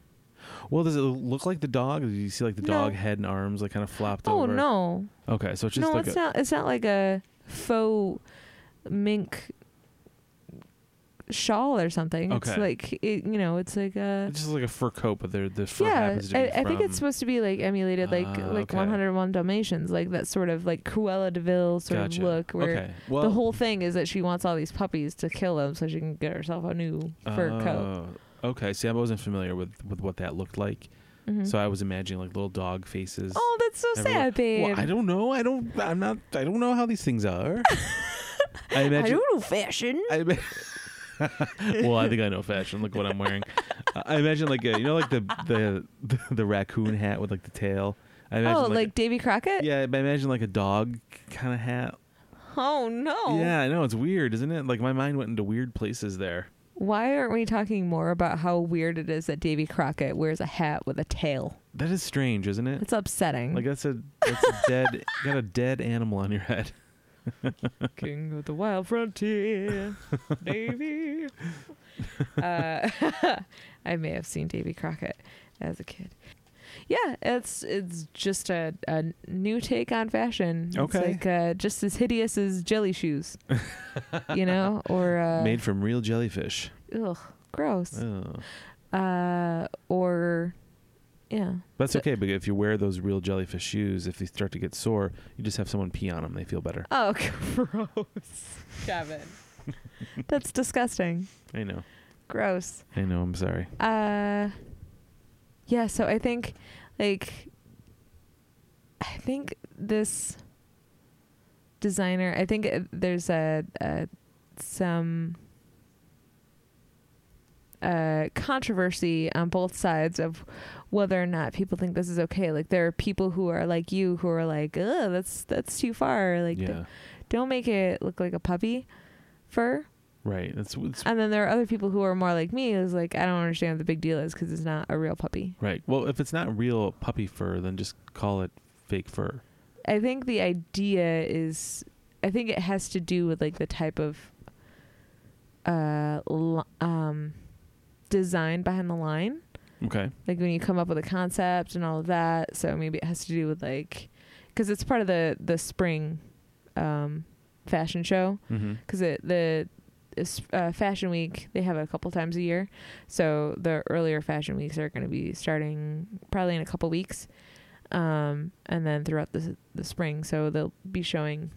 [SPEAKER 2] Well, does it look like the dog? Do you see like the
[SPEAKER 1] No.
[SPEAKER 2] dog head and arms like kind of flopped
[SPEAKER 1] Oh
[SPEAKER 2] over?
[SPEAKER 1] no,
[SPEAKER 2] Okay, so it's just
[SPEAKER 1] no,
[SPEAKER 2] like
[SPEAKER 1] it's
[SPEAKER 2] a,
[SPEAKER 1] not. It's not like a faux mink shawl or something. It's
[SPEAKER 2] Okay.
[SPEAKER 1] like it, you know, it's like a
[SPEAKER 2] it's just like a fur coat, but the the fur
[SPEAKER 1] yeah.
[SPEAKER 2] happens to be
[SPEAKER 1] I, I think it's
[SPEAKER 2] from-
[SPEAKER 1] supposed to be like emulated, like
[SPEAKER 2] Ah,
[SPEAKER 1] like
[SPEAKER 2] okay.
[SPEAKER 1] 101 Dalmatians, like that sort of like Cruella de Vil sort
[SPEAKER 2] gotcha.
[SPEAKER 1] of look, where
[SPEAKER 2] okay. well,
[SPEAKER 1] the whole thing is that she wants all these puppies to kill them so she can get herself a new fur coat.
[SPEAKER 2] oh, Okay, see, I wasn't familiar with with what that looked like,
[SPEAKER 1] Mhm.
[SPEAKER 2] so I was imagining like little dog faces.
[SPEAKER 1] Oh, that's so
[SPEAKER 2] everywhere.
[SPEAKER 1] sad, babe.
[SPEAKER 2] Well, I don't know. I don't. I'm not. I don't know how these things are. I
[SPEAKER 1] I
[SPEAKER 2] imagine.
[SPEAKER 1] don't know fashion.
[SPEAKER 2] I ima- well, I think I know fashion. Look what I'm wearing. Uh, I imagine like a, you know, like the, the the the raccoon hat with like the tail. I imagine
[SPEAKER 1] oh, like, Davy Crockett?
[SPEAKER 2] yeah. I imagine like a dog kind of hat.
[SPEAKER 1] Oh no.
[SPEAKER 2] Yeah, I know it's weird, isn't it? Like my mind went into weird places there.
[SPEAKER 1] Why aren't we talking more about how weird it is that Davy Crockett wears a hat with a tail?
[SPEAKER 2] That is strange, isn't it?
[SPEAKER 1] It's upsetting.
[SPEAKER 2] Like that's a that's a dead you got a dead animal on your head.
[SPEAKER 1] King of the Wild Frontier, Davy. uh, I may have seen Davy Crockett as a kid. Yeah, it's it's just a, a new take on fashion. It's
[SPEAKER 2] Okay.
[SPEAKER 1] like uh, just as hideous as jelly shoes, you know, or uh,
[SPEAKER 2] Made from real jellyfish.
[SPEAKER 1] ugh, gross.
[SPEAKER 2] Oh.
[SPEAKER 1] Uh, or yeah,
[SPEAKER 2] That's
[SPEAKER 1] So-
[SPEAKER 2] okay, but if you wear those real jellyfish shoes, if they start to get sore, you just have someone pee on them. They feel better.
[SPEAKER 1] oh, gross, Kevin. That's disgusting.
[SPEAKER 2] I know.
[SPEAKER 1] Gross.
[SPEAKER 2] I know. I'm sorry.
[SPEAKER 1] Uh, yeah. So I think, like, I think this designer. I think uh, there's a, a some uh controversy on both sides of whether or not people think this is okay like there are people who are like you who are like oh that's that's too far like
[SPEAKER 2] yeah.
[SPEAKER 1] d- don't make it look like a puppy fur
[SPEAKER 2] right. That's it's,
[SPEAKER 1] and then there are other people who are more like me, who's like, I don't understand what the big deal is because it's not a real puppy.
[SPEAKER 2] right. Well, if it's not real puppy fur, then just call it fake fur.
[SPEAKER 1] I think the idea is, I think it has to do with like the type of uh, l- um, design behind the line.
[SPEAKER 2] Okay.
[SPEAKER 1] Like when you come up with a concept and all of that. So maybe it has to do with like, because it's part of the, the spring um, fashion show.
[SPEAKER 2] Mm-hmm.
[SPEAKER 1] because it the it's, uh, fashion week they have it a couple times a year so the earlier fashion weeks are going to be starting probably in a couple weeks um and then throughout the the spring so they'll be showing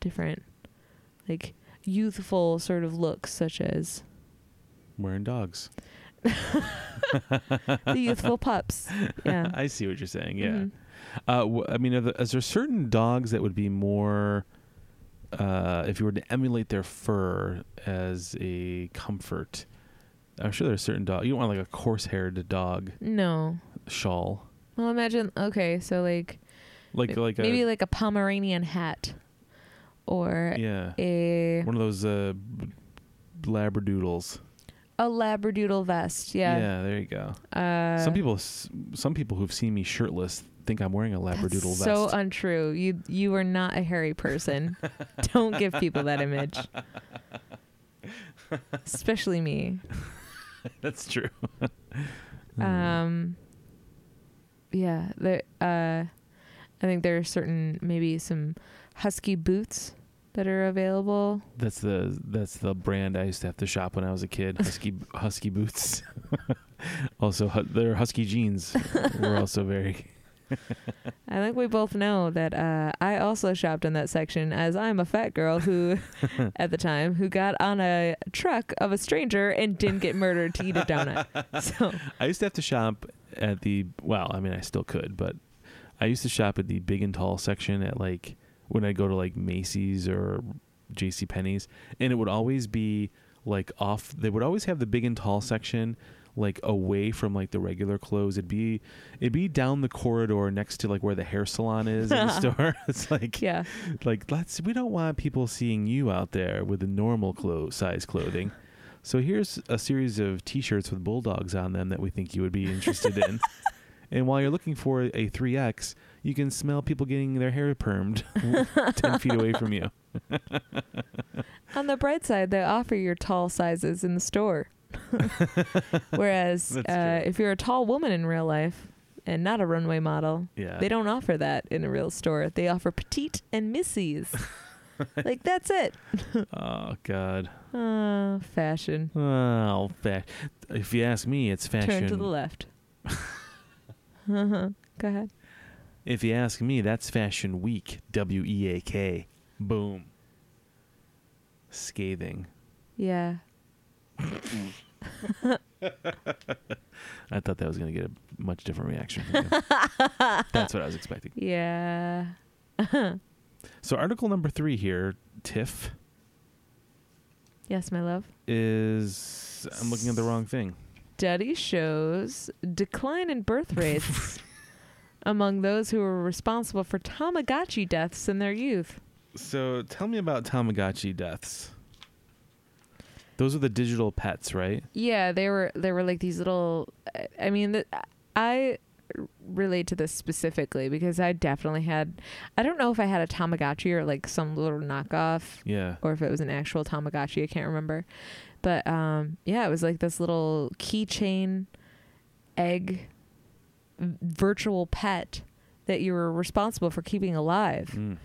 [SPEAKER 1] different like youthful sort of looks such as
[SPEAKER 2] Wearing dogs.
[SPEAKER 1] the youthful pups. Yeah.
[SPEAKER 2] I see what you're saying. Yeah.
[SPEAKER 1] Mhm.
[SPEAKER 2] Uh, w- I mean, are the, is there certain dogs that would be more, uh, if you were to emulate their fur as a comfort? I'm sure there's certain dog. You don't want like a coarse-haired dog
[SPEAKER 1] No.
[SPEAKER 2] shawl,
[SPEAKER 1] Well, imagine. Okay, so like
[SPEAKER 2] like
[SPEAKER 1] m-
[SPEAKER 2] like
[SPEAKER 1] maybe
[SPEAKER 2] a
[SPEAKER 1] like a Pomeranian hat, or
[SPEAKER 2] yeah,
[SPEAKER 1] a
[SPEAKER 2] one of those uh, b- labradoodles.
[SPEAKER 1] a labradoodle vest. Yeah.
[SPEAKER 2] yeah, there you go.
[SPEAKER 1] Uh,
[SPEAKER 2] some people, s- some people who've seen me shirtless think I'm wearing a
[SPEAKER 1] that's
[SPEAKER 2] labradoodle vest.
[SPEAKER 1] So untrue. You you are not a hairy person. Don't give people that image. Especially me.
[SPEAKER 2] That's true.
[SPEAKER 1] Um. Yeah. There. Uh, I think there are certain maybe some husky boots that are available.
[SPEAKER 2] That's the that's the brand I used to have to shop when I was a kid. Husky Husky boots. also, hu- their Husky jeans were also very.
[SPEAKER 1] I think we both know that uh, I also shopped in that section as I'm a fat girl who, at the time, who got on a truck of a stranger and didn't get murdered to eat a donut. So
[SPEAKER 2] I used to have to shop at the well. I mean, I still could, but I used to shop at the big and tall section at like when I go to like Macy's or J.C. Penney's, and it would always be like off. They would always have the big and tall section like away from like the regular clothes. It'd be it'd be down the corridor next to like where the hair salon is in the store. It's like
[SPEAKER 1] yeah,
[SPEAKER 2] like let's we don't want people seeing you out there with the normal clo- size clothing so here's a series of t-shirts with bulldogs on them that we think you would be interested in and while you're looking for a 3x you can smell people getting their hair permed 10 feet away from you
[SPEAKER 1] on the bright side, they offer your tall sizes in the store. Whereas
[SPEAKER 2] That's
[SPEAKER 1] uh,
[SPEAKER 2] true.
[SPEAKER 1] if you're a tall woman in real life and not a runway model,
[SPEAKER 2] yeah
[SPEAKER 1] They don't offer that in a real store. They offer petite and missies. like that's it.
[SPEAKER 2] oh god
[SPEAKER 1] Uh, fashion.
[SPEAKER 2] oh fa- if you ask me it's fashion
[SPEAKER 1] Turn to the left. uh-huh. Go ahead.
[SPEAKER 2] if you ask me that's fashion week w-e-a-k boom scathing
[SPEAKER 1] Yeah.
[SPEAKER 2] I thought that was going to get a much different reaction. From you. That's what I was expecting.
[SPEAKER 1] Yeah.
[SPEAKER 2] So, article number three here, TIFF,
[SPEAKER 1] Yes, my love.
[SPEAKER 2] is I'm looking at the wrong thing.
[SPEAKER 1] Study shows decline in birth rates among those who were responsible for Tamagotchi deaths in their youth.
[SPEAKER 2] So, tell me about Tamagotchi deaths. Those are the digital pets, right?
[SPEAKER 1] Yeah, they were they were like these little. I- I mean, th- I relate to this specifically because I definitely had. I don't know if I had a Tamagotchi or like some little knockoff,
[SPEAKER 2] Yeah.
[SPEAKER 1] or if it was an actual Tamagotchi. I can't remember, but um, yeah, it was like this little keychain egg v- virtual pet that you were responsible for keeping alive
[SPEAKER 2] Mm.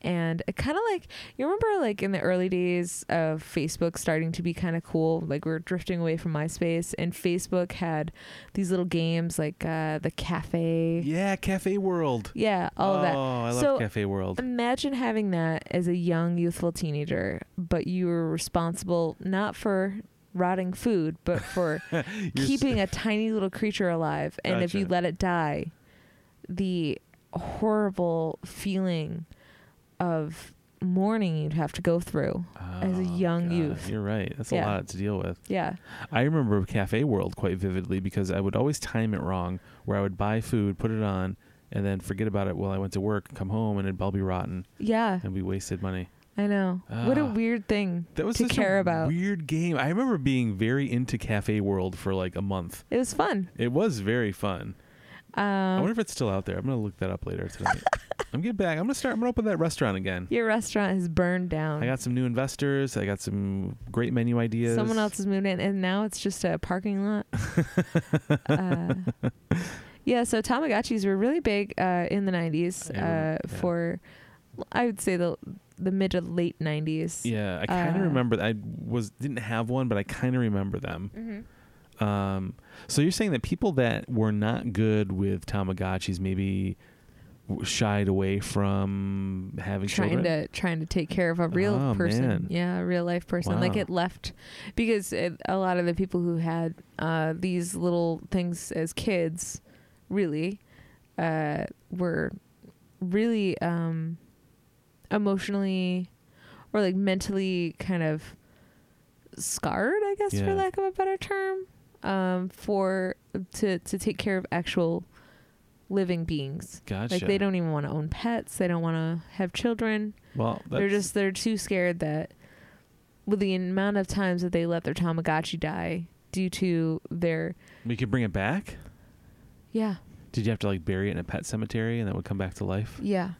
[SPEAKER 1] and it kind of like you remember like in the early days of Facebook starting to be kind of cool like we were drifting away from MySpace and Facebook had these little games like uh the cafe
[SPEAKER 2] Yeah, Cafe World.
[SPEAKER 1] yeah all
[SPEAKER 2] oh,
[SPEAKER 1] of that
[SPEAKER 2] I love
[SPEAKER 1] So-
[SPEAKER 2] Cafe World.
[SPEAKER 1] imagine having that as a young youthful teenager but you were responsible not for rotting food but for
[SPEAKER 2] You're s-
[SPEAKER 1] keeping a tiny little creature alive and if you
[SPEAKER 2] Gotcha.
[SPEAKER 1] let it die the horrible feeling of mourning you'd have to go through um, as a
[SPEAKER 2] Oh,
[SPEAKER 1] young
[SPEAKER 2] God,
[SPEAKER 1] youth.
[SPEAKER 2] You're right. That's
[SPEAKER 1] Yeah.
[SPEAKER 2] a lot to deal with.
[SPEAKER 1] yeah
[SPEAKER 2] I remember Cafe World quite vividly because I would always time it wrong, where I would buy food, put it on, and then forget about it while I went to work, come home, and it'd all be rotten,
[SPEAKER 1] yeah
[SPEAKER 2] and we wasted money.
[SPEAKER 1] i know what a
[SPEAKER 2] Ah.
[SPEAKER 1] weird thing
[SPEAKER 2] That was
[SPEAKER 1] to
[SPEAKER 2] such a
[SPEAKER 1] care about
[SPEAKER 2] weird game. I remember being very into Cafe World for like a month.
[SPEAKER 1] it was fun
[SPEAKER 2] It was very fun. I
[SPEAKER 1] um
[SPEAKER 2] wonder if it's still out there. I'm gonna look that up later tonight. I'm getting back. I'm gonna start. I'm gonna open that restaurant again.
[SPEAKER 1] your restaurant has burned down
[SPEAKER 2] I got some new investors. I got some great menu ideas.
[SPEAKER 1] someone else has moved in and now it's just a parking lot uh, yeah so tamagotchis were really big uh, in the 90s
[SPEAKER 2] I
[SPEAKER 1] uh,
[SPEAKER 2] remember- yeah.
[SPEAKER 1] for i would say the the mid to late 90s
[SPEAKER 2] Yeah, I kind of
[SPEAKER 1] Uh,
[SPEAKER 2] remember. I was didn't have one, but I kind of remember them.
[SPEAKER 1] mm-hmm.
[SPEAKER 2] Um, so you're saying that people that were not good with Tamagotchis maybe w- shied away from having
[SPEAKER 1] trying
[SPEAKER 2] children.
[SPEAKER 1] to trying to take care of a real
[SPEAKER 2] Oh,
[SPEAKER 1] person
[SPEAKER 2] man.
[SPEAKER 1] yeah a real life person like
[SPEAKER 2] Wow.
[SPEAKER 1] it left because it, a lot of the people who had uh, these little things as kids really uh, were really um, emotionally or like mentally kind of scarred i guess
[SPEAKER 2] Yeah.
[SPEAKER 1] for lack of a better term um, for to to take care of actual living beings
[SPEAKER 2] gotcha.
[SPEAKER 1] like they don't even want to own pets they don't want to have children
[SPEAKER 2] well, that's,
[SPEAKER 1] they're just they're too scared that with the amount of times that they let their Tamagotchi die due to their
[SPEAKER 2] we could bring it back.
[SPEAKER 1] yeah
[SPEAKER 2] Did you have to like bury it in a pet cemetery and that would come back to life?
[SPEAKER 1] yeah.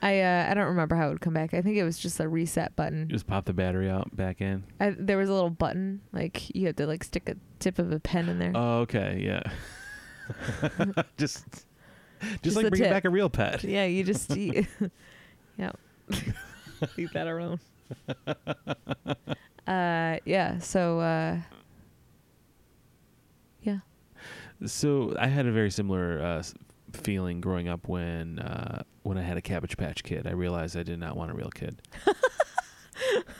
[SPEAKER 1] I uh, I don't remember how it would come back. I think it was just a reset button.
[SPEAKER 2] Just pop the battery out, back in.
[SPEAKER 1] I, there was a little button like you had to like stick a tip of a pen in there.
[SPEAKER 2] Oh, okay, yeah. just, just,
[SPEAKER 1] Just
[SPEAKER 2] like
[SPEAKER 1] the
[SPEAKER 2] bringing
[SPEAKER 1] tip.
[SPEAKER 2] back a real pet.
[SPEAKER 1] yeah, you just you, yeah leave that alone. uh yeah, so uh yeah.
[SPEAKER 2] So I had a very similar uh, s- feeling growing up when uh, when I had a Cabbage Patch Kid. I realized I did not want a real kid.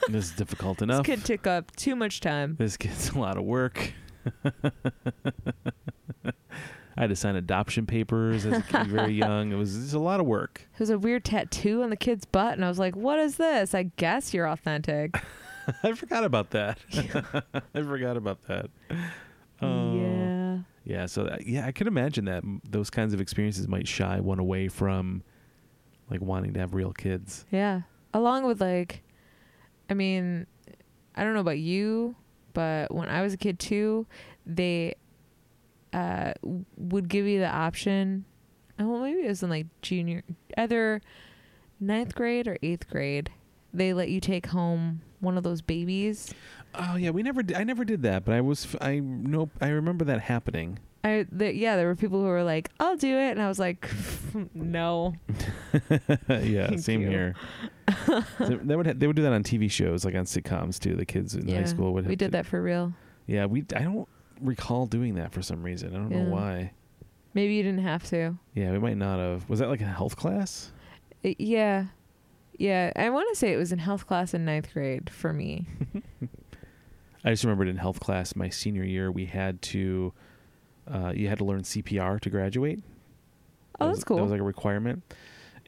[SPEAKER 2] this is difficult enough.
[SPEAKER 1] This could take up too much time.
[SPEAKER 2] This kid's a lot of work. I had to sign adoption papers as a kid, very young. It was it's a lot of work.
[SPEAKER 1] It was a weird tattoo on the kid's butt, and I was like, "What is this? I guess you're authentic."
[SPEAKER 2] I forgot about that. I forgot about that. Oh.
[SPEAKER 1] yeah,
[SPEAKER 2] Yeah, so that, yeah, I could imagine that m- those kinds of experiences might shy one away from like wanting to have real kids.
[SPEAKER 1] yeah. Along with like, I mean, I don't know about you, but when I was a kid too, they uh, w- would give you the option. Oh, well, maybe it was in like junior, either ninth grade or eighth grade. They let you take home one of those babies.
[SPEAKER 2] Oh yeah, we never. Did, I never did that, but I was. f- I nope. I remember that happening.
[SPEAKER 1] I th yeah, there were people who were like, "I'll do it," and I was like, "No."
[SPEAKER 2] yeah,
[SPEAKER 1] Thank
[SPEAKER 2] same
[SPEAKER 1] you.
[SPEAKER 2] here. So they would. Ha- they would do that on TV shows, like on sitcoms too. The kids in high school would.
[SPEAKER 1] We
[SPEAKER 2] have
[SPEAKER 1] did
[SPEAKER 2] to-
[SPEAKER 1] that for real.
[SPEAKER 2] Yeah, we. I don't recall doing that for some reason. I don't
[SPEAKER 1] Yeah.
[SPEAKER 2] know why.
[SPEAKER 1] Maybe you didn't have to.
[SPEAKER 2] Yeah, we might not have. Was that like a health class?
[SPEAKER 1] I- yeah, yeah. I want to say it was in health class in ninth grade for me.
[SPEAKER 2] I just remembered in health class my senior year we had to. Uh, you had to learn CPR to graduate. That
[SPEAKER 1] Oh,
[SPEAKER 2] was-
[SPEAKER 1] that's cool.
[SPEAKER 2] That was like a requirement.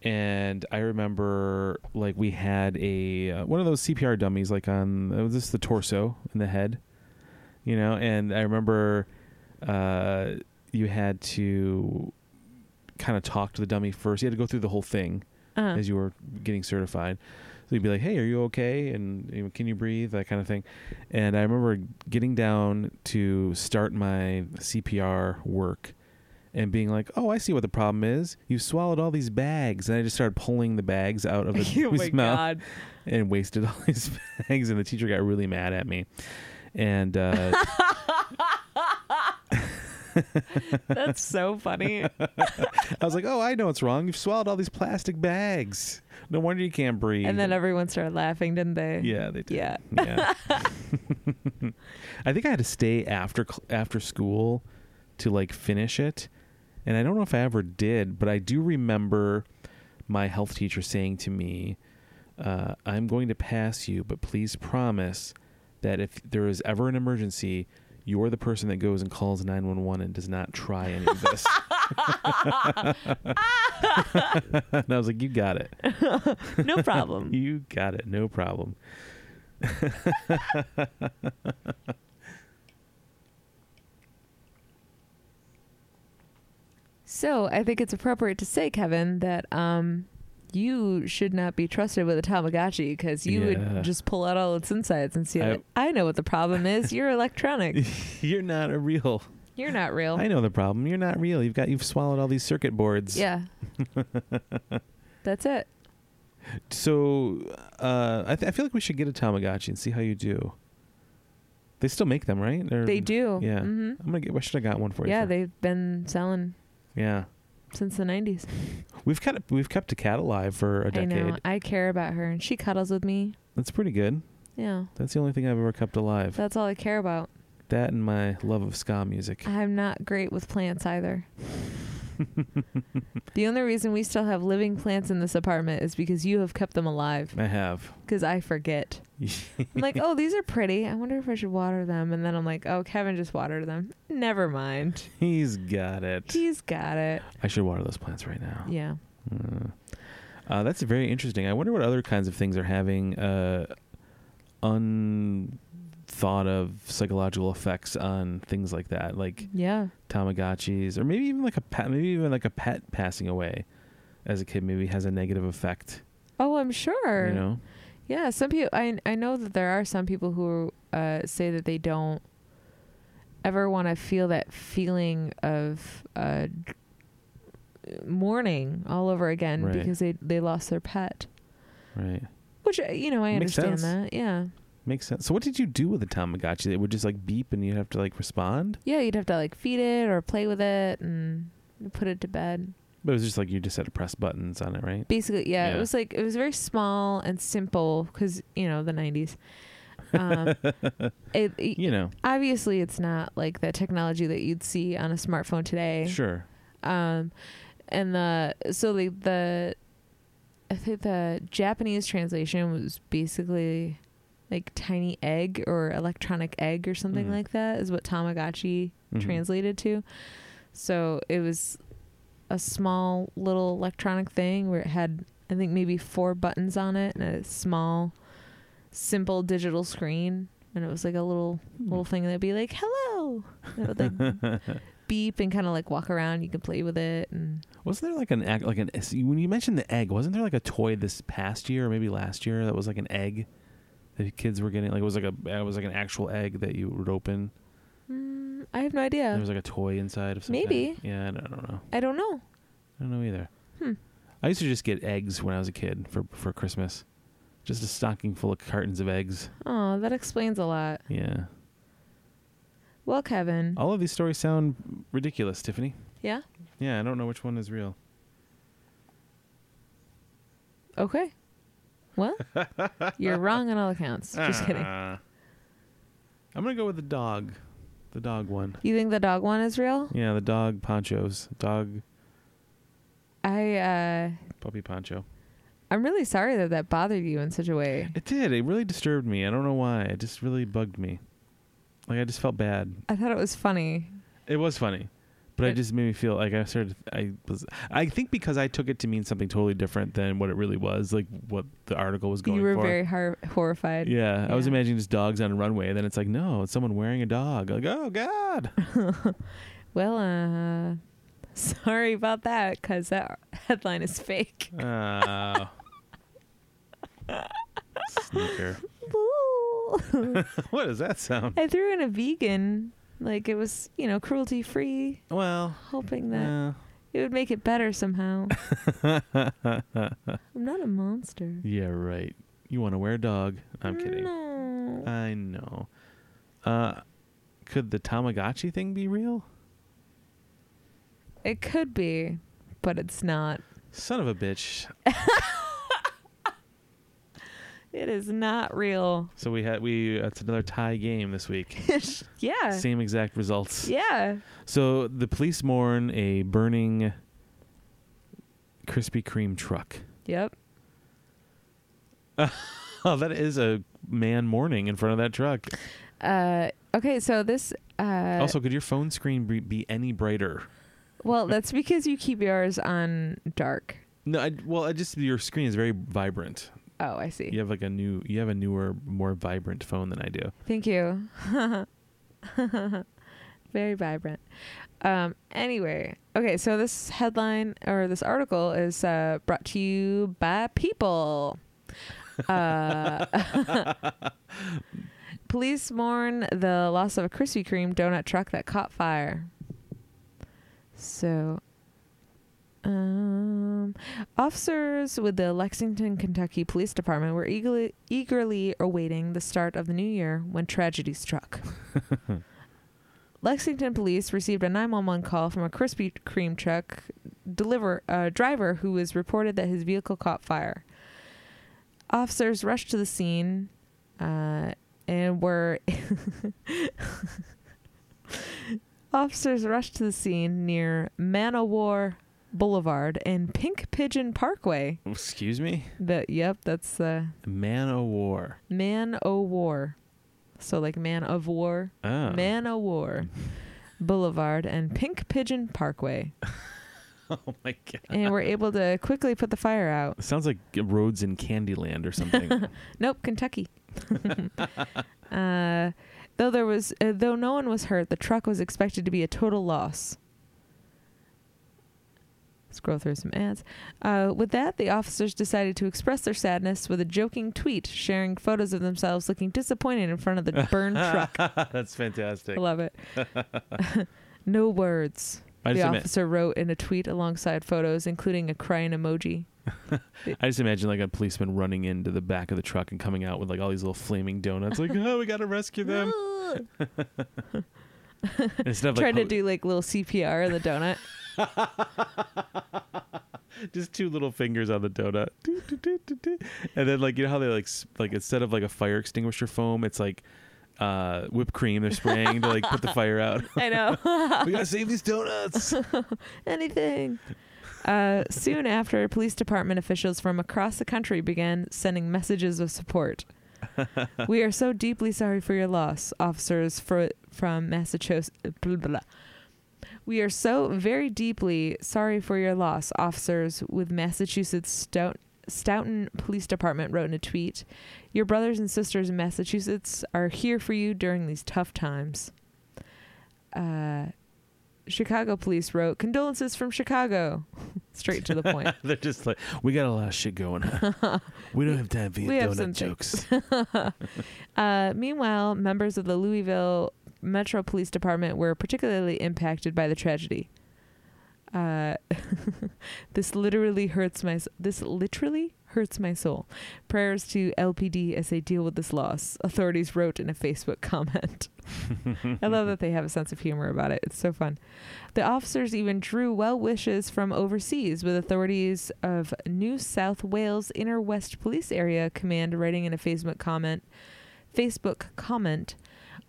[SPEAKER 2] And I remember like we had a uh, one of those CPR dummies like on it was just the torso and the head, you know. And I remember uh, you had to kind of talk to the dummy first. You had to go through the whole thing
[SPEAKER 1] uh-huh.
[SPEAKER 2] as you were getting certified. So you'd be like, "Hey, are you okay? And you know, can you breathe?" That kind of thing. And I remember getting down to start my CPR work, and being like, "Oh, I see what the problem is. You swallowed all these bags." And I just started pulling the bags out of the
[SPEAKER 1] oh my
[SPEAKER 2] dude's mouth
[SPEAKER 1] god!
[SPEAKER 2] and wasted all these bags. And the teacher got really mad at me. And uh,
[SPEAKER 1] That's so funny.
[SPEAKER 2] I was like, "Oh, I know what's wrong. You've swallowed all these plastic bags. No wonder you can't breathe."
[SPEAKER 1] and then everyone started laughing, didn't they?
[SPEAKER 2] Yeah, they did.
[SPEAKER 1] Yeah.
[SPEAKER 2] Yeah. I think I had to stay after cl- after school to like finish it. And I don't know if I ever did, but I do remember my health teacher saying to me, uh, "I'm going to pass you, but please promise that if there is ever an emergency, you're the person that goes and calls 911 and does not try any of this." and I was like, "You got it."
[SPEAKER 1] No problem.
[SPEAKER 2] You got it. No problem.
[SPEAKER 1] so I think it's appropriate to say, Kevin, that um. You should not be trusted with a Tamagotchi because you
[SPEAKER 2] Yeah.
[SPEAKER 1] would just pull out all its insides and see,
[SPEAKER 2] I-
[SPEAKER 1] like, I know what the problem is. You're electronic.
[SPEAKER 2] You're not a real.
[SPEAKER 1] You're not real.
[SPEAKER 2] I know the problem. You're not real. You've got you've swallowed all these circuit boards.
[SPEAKER 1] Yeah. That's it.
[SPEAKER 2] So uh, I, th- I feel like we should get a Tamagotchi and see how you do. They still make them, right? They're-
[SPEAKER 1] They do.
[SPEAKER 2] Yeah.
[SPEAKER 1] hmm
[SPEAKER 2] I'm gonna get. I should have got one for you.
[SPEAKER 1] Yeah,
[SPEAKER 2] for-
[SPEAKER 1] they've been selling
[SPEAKER 2] Yeah.
[SPEAKER 1] since the 90s.
[SPEAKER 2] We've kept we've kept a cat alive for a
[SPEAKER 1] I know.
[SPEAKER 2] decade.
[SPEAKER 1] I care about her and she cuddles with me.
[SPEAKER 2] That's pretty good.
[SPEAKER 1] Yeah.
[SPEAKER 2] That's the only thing I've ever kept alive.
[SPEAKER 1] That's all I care about.
[SPEAKER 2] that and my love of ska music.
[SPEAKER 1] I'm not great with plants either. The only reason we still have living plants in this apartment is because you have kept them alive.
[SPEAKER 2] I have.
[SPEAKER 1] Because I forget. I'm like, oh, these are pretty. I wonder if I should water them. And then I'm like, oh, Kevin just watered them. Never mind.
[SPEAKER 2] He's got it.
[SPEAKER 1] He's got it.
[SPEAKER 2] I should water those plants right now.
[SPEAKER 1] Yeah.
[SPEAKER 2] Mm. Uh, that's very interesting. I wonder what other kinds of things are having uh, unthought of psychological effects on things like that, like
[SPEAKER 1] Yeah.
[SPEAKER 2] Tamagotchis, or maybe even like a pet, maybe even like a pet passing away as a kid maybe has a negative effect.
[SPEAKER 1] Oh, I'm sure.
[SPEAKER 2] You know,
[SPEAKER 1] Yeah, some people. I I know that there are some people who uh, say that they don't ever want to feel that feeling of uh, mourning all over again
[SPEAKER 2] Right.
[SPEAKER 1] because they they lost their pet.
[SPEAKER 2] right?
[SPEAKER 1] Which uh, you know I
[SPEAKER 2] Makes
[SPEAKER 1] understand
[SPEAKER 2] sense.
[SPEAKER 1] that. Yeah,
[SPEAKER 2] Makes sense. So what did you do with the Tamagotchi? It would just like beep, and you have to like respond.
[SPEAKER 1] yeah. You'd have to like feed it or play with it and put it to bed.
[SPEAKER 2] But it was just like you just had to press buttons on it, right?
[SPEAKER 1] Basically, yeah.
[SPEAKER 2] Yeah.
[SPEAKER 1] It was like it was very small and simple because you know the '90s. Um, it, it-
[SPEAKER 2] You know,
[SPEAKER 1] obviously it's not like the technology that you'd see on a smartphone today.
[SPEAKER 2] sure.
[SPEAKER 1] um and the so the the i think the japanese translation was basically like tiny egg or electronic egg or something
[SPEAKER 2] Mm.
[SPEAKER 1] like that is what tamagotchi
[SPEAKER 2] Mhm.
[SPEAKER 1] translated to so it was a small little electronic thing where it had i think maybe four buttons on it and a small simple digital screen and it was like a little little thing that'd be like hello and it would like beep and kind of like walk around. You can play with it, and
[SPEAKER 2] Wasn't there like an egg, like an see, when you mentioned the egg? Wasn't there like a toy this past year or maybe last year that was like an egg that kids were getting? Like it was like a it was like an actual egg that you would open.
[SPEAKER 1] mm, I have no
[SPEAKER 2] and
[SPEAKER 1] idea.
[SPEAKER 2] There was like a toy inside of some
[SPEAKER 1] Maybe.
[SPEAKER 2] kind. Yeah, I don't, I don't know.
[SPEAKER 1] I don't know.
[SPEAKER 2] I don't know either.
[SPEAKER 1] Hmm.
[SPEAKER 2] I used to just get eggs when I was a kid for for Christmas, just a stocking full of cartons of eggs.
[SPEAKER 1] Oh, that explains a lot.
[SPEAKER 2] Yeah,
[SPEAKER 1] Well, Kevin.
[SPEAKER 2] all of these stories sound ridiculous, Tiffany.
[SPEAKER 1] Yeah.
[SPEAKER 2] Yeah, I don't know which one is real.
[SPEAKER 1] Okay. Well, you're wrong on all accounts. Just kidding.
[SPEAKER 2] Ah. I'm gonna go with the dog, the dog one.
[SPEAKER 1] You think the dog one is real?
[SPEAKER 2] Yeah, the dog ponchos, dog
[SPEAKER 1] I uh
[SPEAKER 2] puppy poncho.
[SPEAKER 1] I'm really sorry that that bothered you in such a way.
[SPEAKER 2] It did. It really disturbed me. I don't know why. It just really bugged me. Like I just felt bad.
[SPEAKER 1] I thought it was funny.
[SPEAKER 2] It was funny, but it,
[SPEAKER 1] It-
[SPEAKER 2] just made me feel like I started. I was. I think because I took it to mean something totally different than what it really was. Like what the article was going
[SPEAKER 1] You were
[SPEAKER 2] for.
[SPEAKER 1] very har- horrified.
[SPEAKER 2] yeah, I was
[SPEAKER 1] yeah.
[SPEAKER 2] imagining just dogs on a runway, and then it's like, no, it's someone wearing a dog. Like, oh god.
[SPEAKER 1] Well, uh sorry about that cuz that headline is fake.
[SPEAKER 2] Oh. Sneaker.
[SPEAKER 1] Ooh.
[SPEAKER 2] what does that sound?
[SPEAKER 1] I threw in a vegan, like it was, you know, cruelty free,
[SPEAKER 2] Well,
[SPEAKER 1] hoping that
[SPEAKER 2] uh,
[SPEAKER 1] it would make it better somehow. I'm not a monster.
[SPEAKER 2] yeah, right. You want to wear a dog? I'm kidding.
[SPEAKER 1] No.
[SPEAKER 2] I know. Uh, could the Tamagotchi thing be real?
[SPEAKER 1] it could be, but it's not.
[SPEAKER 2] Son of a bitch.
[SPEAKER 1] It is not real.
[SPEAKER 2] So we had we that's another tie game this week.
[SPEAKER 1] Yeah.
[SPEAKER 2] Same exact results.
[SPEAKER 1] Yeah.
[SPEAKER 2] So the police mourn a burning Krispy Kreme truck.
[SPEAKER 1] Yep.
[SPEAKER 2] Oh, that is a man mourning in front of that truck.
[SPEAKER 1] Uh, okay, so this. Uh,
[SPEAKER 2] also, could your phone screen be, be any brighter?
[SPEAKER 1] well, that's because you keep yours on dark.
[SPEAKER 2] No, I, well, I just your screen is very vibrant.
[SPEAKER 1] Oh, I see.
[SPEAKER 2] You have like a new, you have a newer, more vibrant phone than I do.
[SPEAKER 1] Thank you. Very vibrant. Um, anyway, okay, so this headline or this article is uh, brought to you by people. Uh, police mourn the loss of a Krispy Kreme donut truck that caught fire. So, um, Officers with the Lexington, Kentucky Police Department were eagerly, eagerly awaiting the start of the new year when tragedy struck. Lexington police received a 911 call from a Krispy Kreme truck deliver uh, driver who was reported that his vehicle caught fire. Officers rushed to the scene uh, and were Officers rushed to the scene near Man o' War Boulevard and Pink Pigeon Parkway.
[SPEAKER 2] Excuse me?
[SPEAKER 1] That yep, that's uh,
[SPEAKER 2] Man o' War.
[SPEAKER 1] Man o' War. So like Man of War,
[SPEAKER 2] Oh.
[SPEAKER 1] Man o' War Boulevard and Pink Pigeon Parkway,
[SPEAKER 2] Oh my god.
[SPEAKER 1] and were able to quickly put the fire out.
[SPEAKER 2] Sounds like roads in Candyland or something.
[SPEAKER 1] Nope, Kentucky. uh, though there was, uh, though no one was hurt, the truck was expected to be a total loss. Scroll through some ads. Uh, with that, the officers decided to express their sadness with a joking tweet, sharing photos of themselves looking disappointed in front of the burned truck.
[SPEAKER 2] That's fantastic.
[SPEAKER 1] I love it. no words.
[SPEAKER 2] I
[SPEAKER 1] the
[SPEAKER 2] just, ima-
[SPEAKER 1] officer wrote in a tweet alongside photos, including a crying emoji.
[SPEAKER 2] I just imagine like a policeman running into the back of the truck and coming out with like all these little flaming donuts. Like, oh, we gotta rescue them. And Instead of like
[SPEAKER 1] Trying to
[SPEAKER 2] ho-
[SPEAKER 1] do like little CPR on the donut.
[SPEAKER 2] just two little fingers on the donut, Doo, doo, doo, doo, doo. and then like you know how they like s- like instead of like a fire extinguisher foam, it's like uh whipped cream they're spraying to like put the fire out.
[SPEAKER 1] I know.
[SPEAKER 2] we gotta save these donuts.
[SPEAKER 1] anything. Uh, soon after, police department officials from across the country began sending messages of support. we are so deeply sorry for your loss, officers fro- from Massachusetts. Blah, blah, blah. We are so very deeply sorry for your loss, officers with Massachusetts Stout- Stoughton Police Department wrote in a tweet. Your brothers and sisters in Massachusetts are here for you during these tough times. Uh, Chicago police wrote condolences from Chicago. Straight to the point.
[SPEAKER 2] they're just like, we got a lot of shit going on. we don't have time for your
[SPEAKER 1] We have
[SPEAKER 2] donut
[SPEAKER 1] some
[SPEAKER 2] jokes.
[SPEAKER 1] Uh, meanwhile, members of the Louisville Metro Police Department were particularly impacted by the tragedy. Uh, this literally hurts my s- this literally hurts my soul. Prayers to LPD as they deal with this loss. Authorities wrote in a Facebook comment. I love that they have a sense of humor about it. It's so fun. The officers even drew well wishes from overseas, with authorities of New South Wales Inner West Police Area Command writing in a Facebook comment. Facebook comment.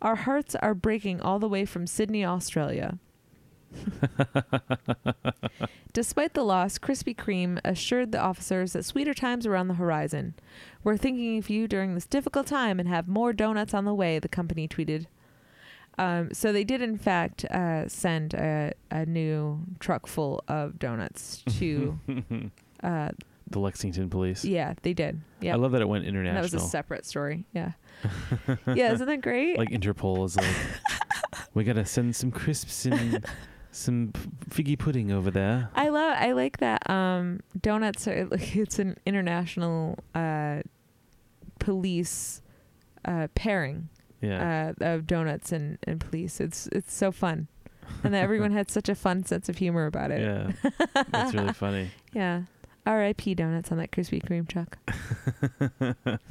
[SPEAKER 1] Our hearts are breaking all the way from Sydney, Australia. Despite the loss, Krispy Kreme assured the officers that sweeter times were on the horizon. We're thinking of you during this difficult time and have more donuts on the way, the company tweeted. Um, so they did, in fact, uh, send a, a new truck full of donuts to. uh,
[SPEAKER 2] the Lexington police.
[SPEAKER 1] yeah, they did. Yeah.
[SPEAKER 2] I love that it went
[SPEAKER 1] And
[SPEAKER 2] international.
[SPEAKER 1] That was a separate story. Yeah. yeah, isn't that great?
[SPEAKER 2] like Interpol is like, we gotta send some crisps and some p- figgy pudding over there.
[SPEAKER 1] I love I like that um donuts are like it's an international uh police uh pairing
[SPEAKER 2] yeah,
[SPEAKER 1] uh of donuts and and police. It's it's so fun. And that everyone had such a fun sense of humor about it.
[SPEAKER 2] yeah, that's really funny.
[SPEAKER 1] Yeah. R.I.P. donuts on that Krispy Kreme truck.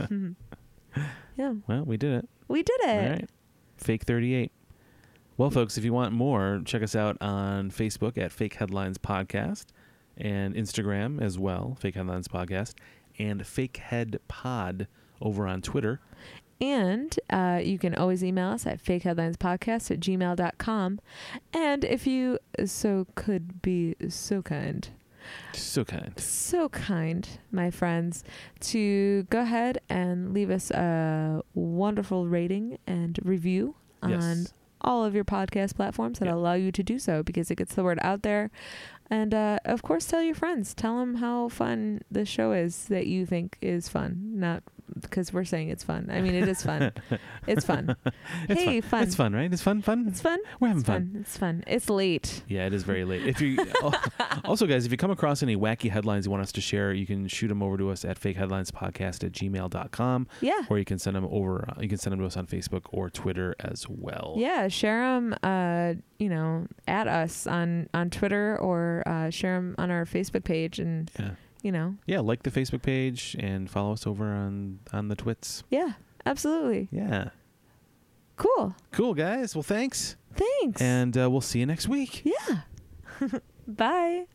[SPEAKER 1] Mhm. yeah.
[SPEAKER 2] Well, we did it.
[SPEAKER 1] We did
[SPEAKER 2] All
[SPEAKER 1] it.
[SPEAKER 2] right, fake thirty-eight. Well, folks, if you want more, check us out on Facebook at Fake Headlines Podcast and Instagram as well, Fake Headlines Podcast, and Fake Head Pod over on Twitter.
[SPEAKER 1] And uh, you can always email us at fakeheadlinespodcast at gmail.com. And if you so could be so kind,
[SPEAKER 2] So kind.
[SPEAKER 1] so kind, my friends, to go ahead and leave us a wonderful rating and review on
[SPEAKER 2] Yes.
[SPEAKER 1] all of your podcast platforms that
[SPEAKER 2] Yeah.
[SPEAKER 1] allow you to do so because it gets the word out there. And uh, of course, tell your friends. Tell them how fun the show is that you think is fun. Not because we're saying it's fun. I mean, it is fun. it's fun.
[SPEAKER 2] It's
[SPEAKER 1] hey, fun.
[SPEAKER 2] It's fun, right? It's fun, fun.
[SPEAKER 1] It's fun.
[SPEAKER 2] We're having
[SPEAKER 1] It's fun. It's fun. It's late.
[SPEAKER 2] Yeah, it is very late. If you also, guys, if you come across any wacky headlines you want us to share, you can shoot them over to us at fakeheadlinespodcast at gmail.com,
[SPEAKER 1] Yeah.
[SPEAKER 2] or you can send them over. uh, You can send them to us on Facebook or Twitter as well.
[SPEAKER 1] Yeah, share them. Uh, you know, at us on on Twitter or uh, share them on our Facebook page, and
[SPEAKER 2] yeah,
[SPEAKER 1] you know,
[SPEAKER 2] Yeah, Like the Facebook page and follow us over on on the twits.
[SPEAKER 1] yeah, absolutely,
[SPEAKER 2] Yeah,
[SPEAKER 1] cool.
[SPEAKER 2] cool guys. Well, thanks,
[SPEAKER 1] Thanks.
[SPEAKER 2] and uh, we'll see you next week.
[SPEAKER 1] yeah. Bye.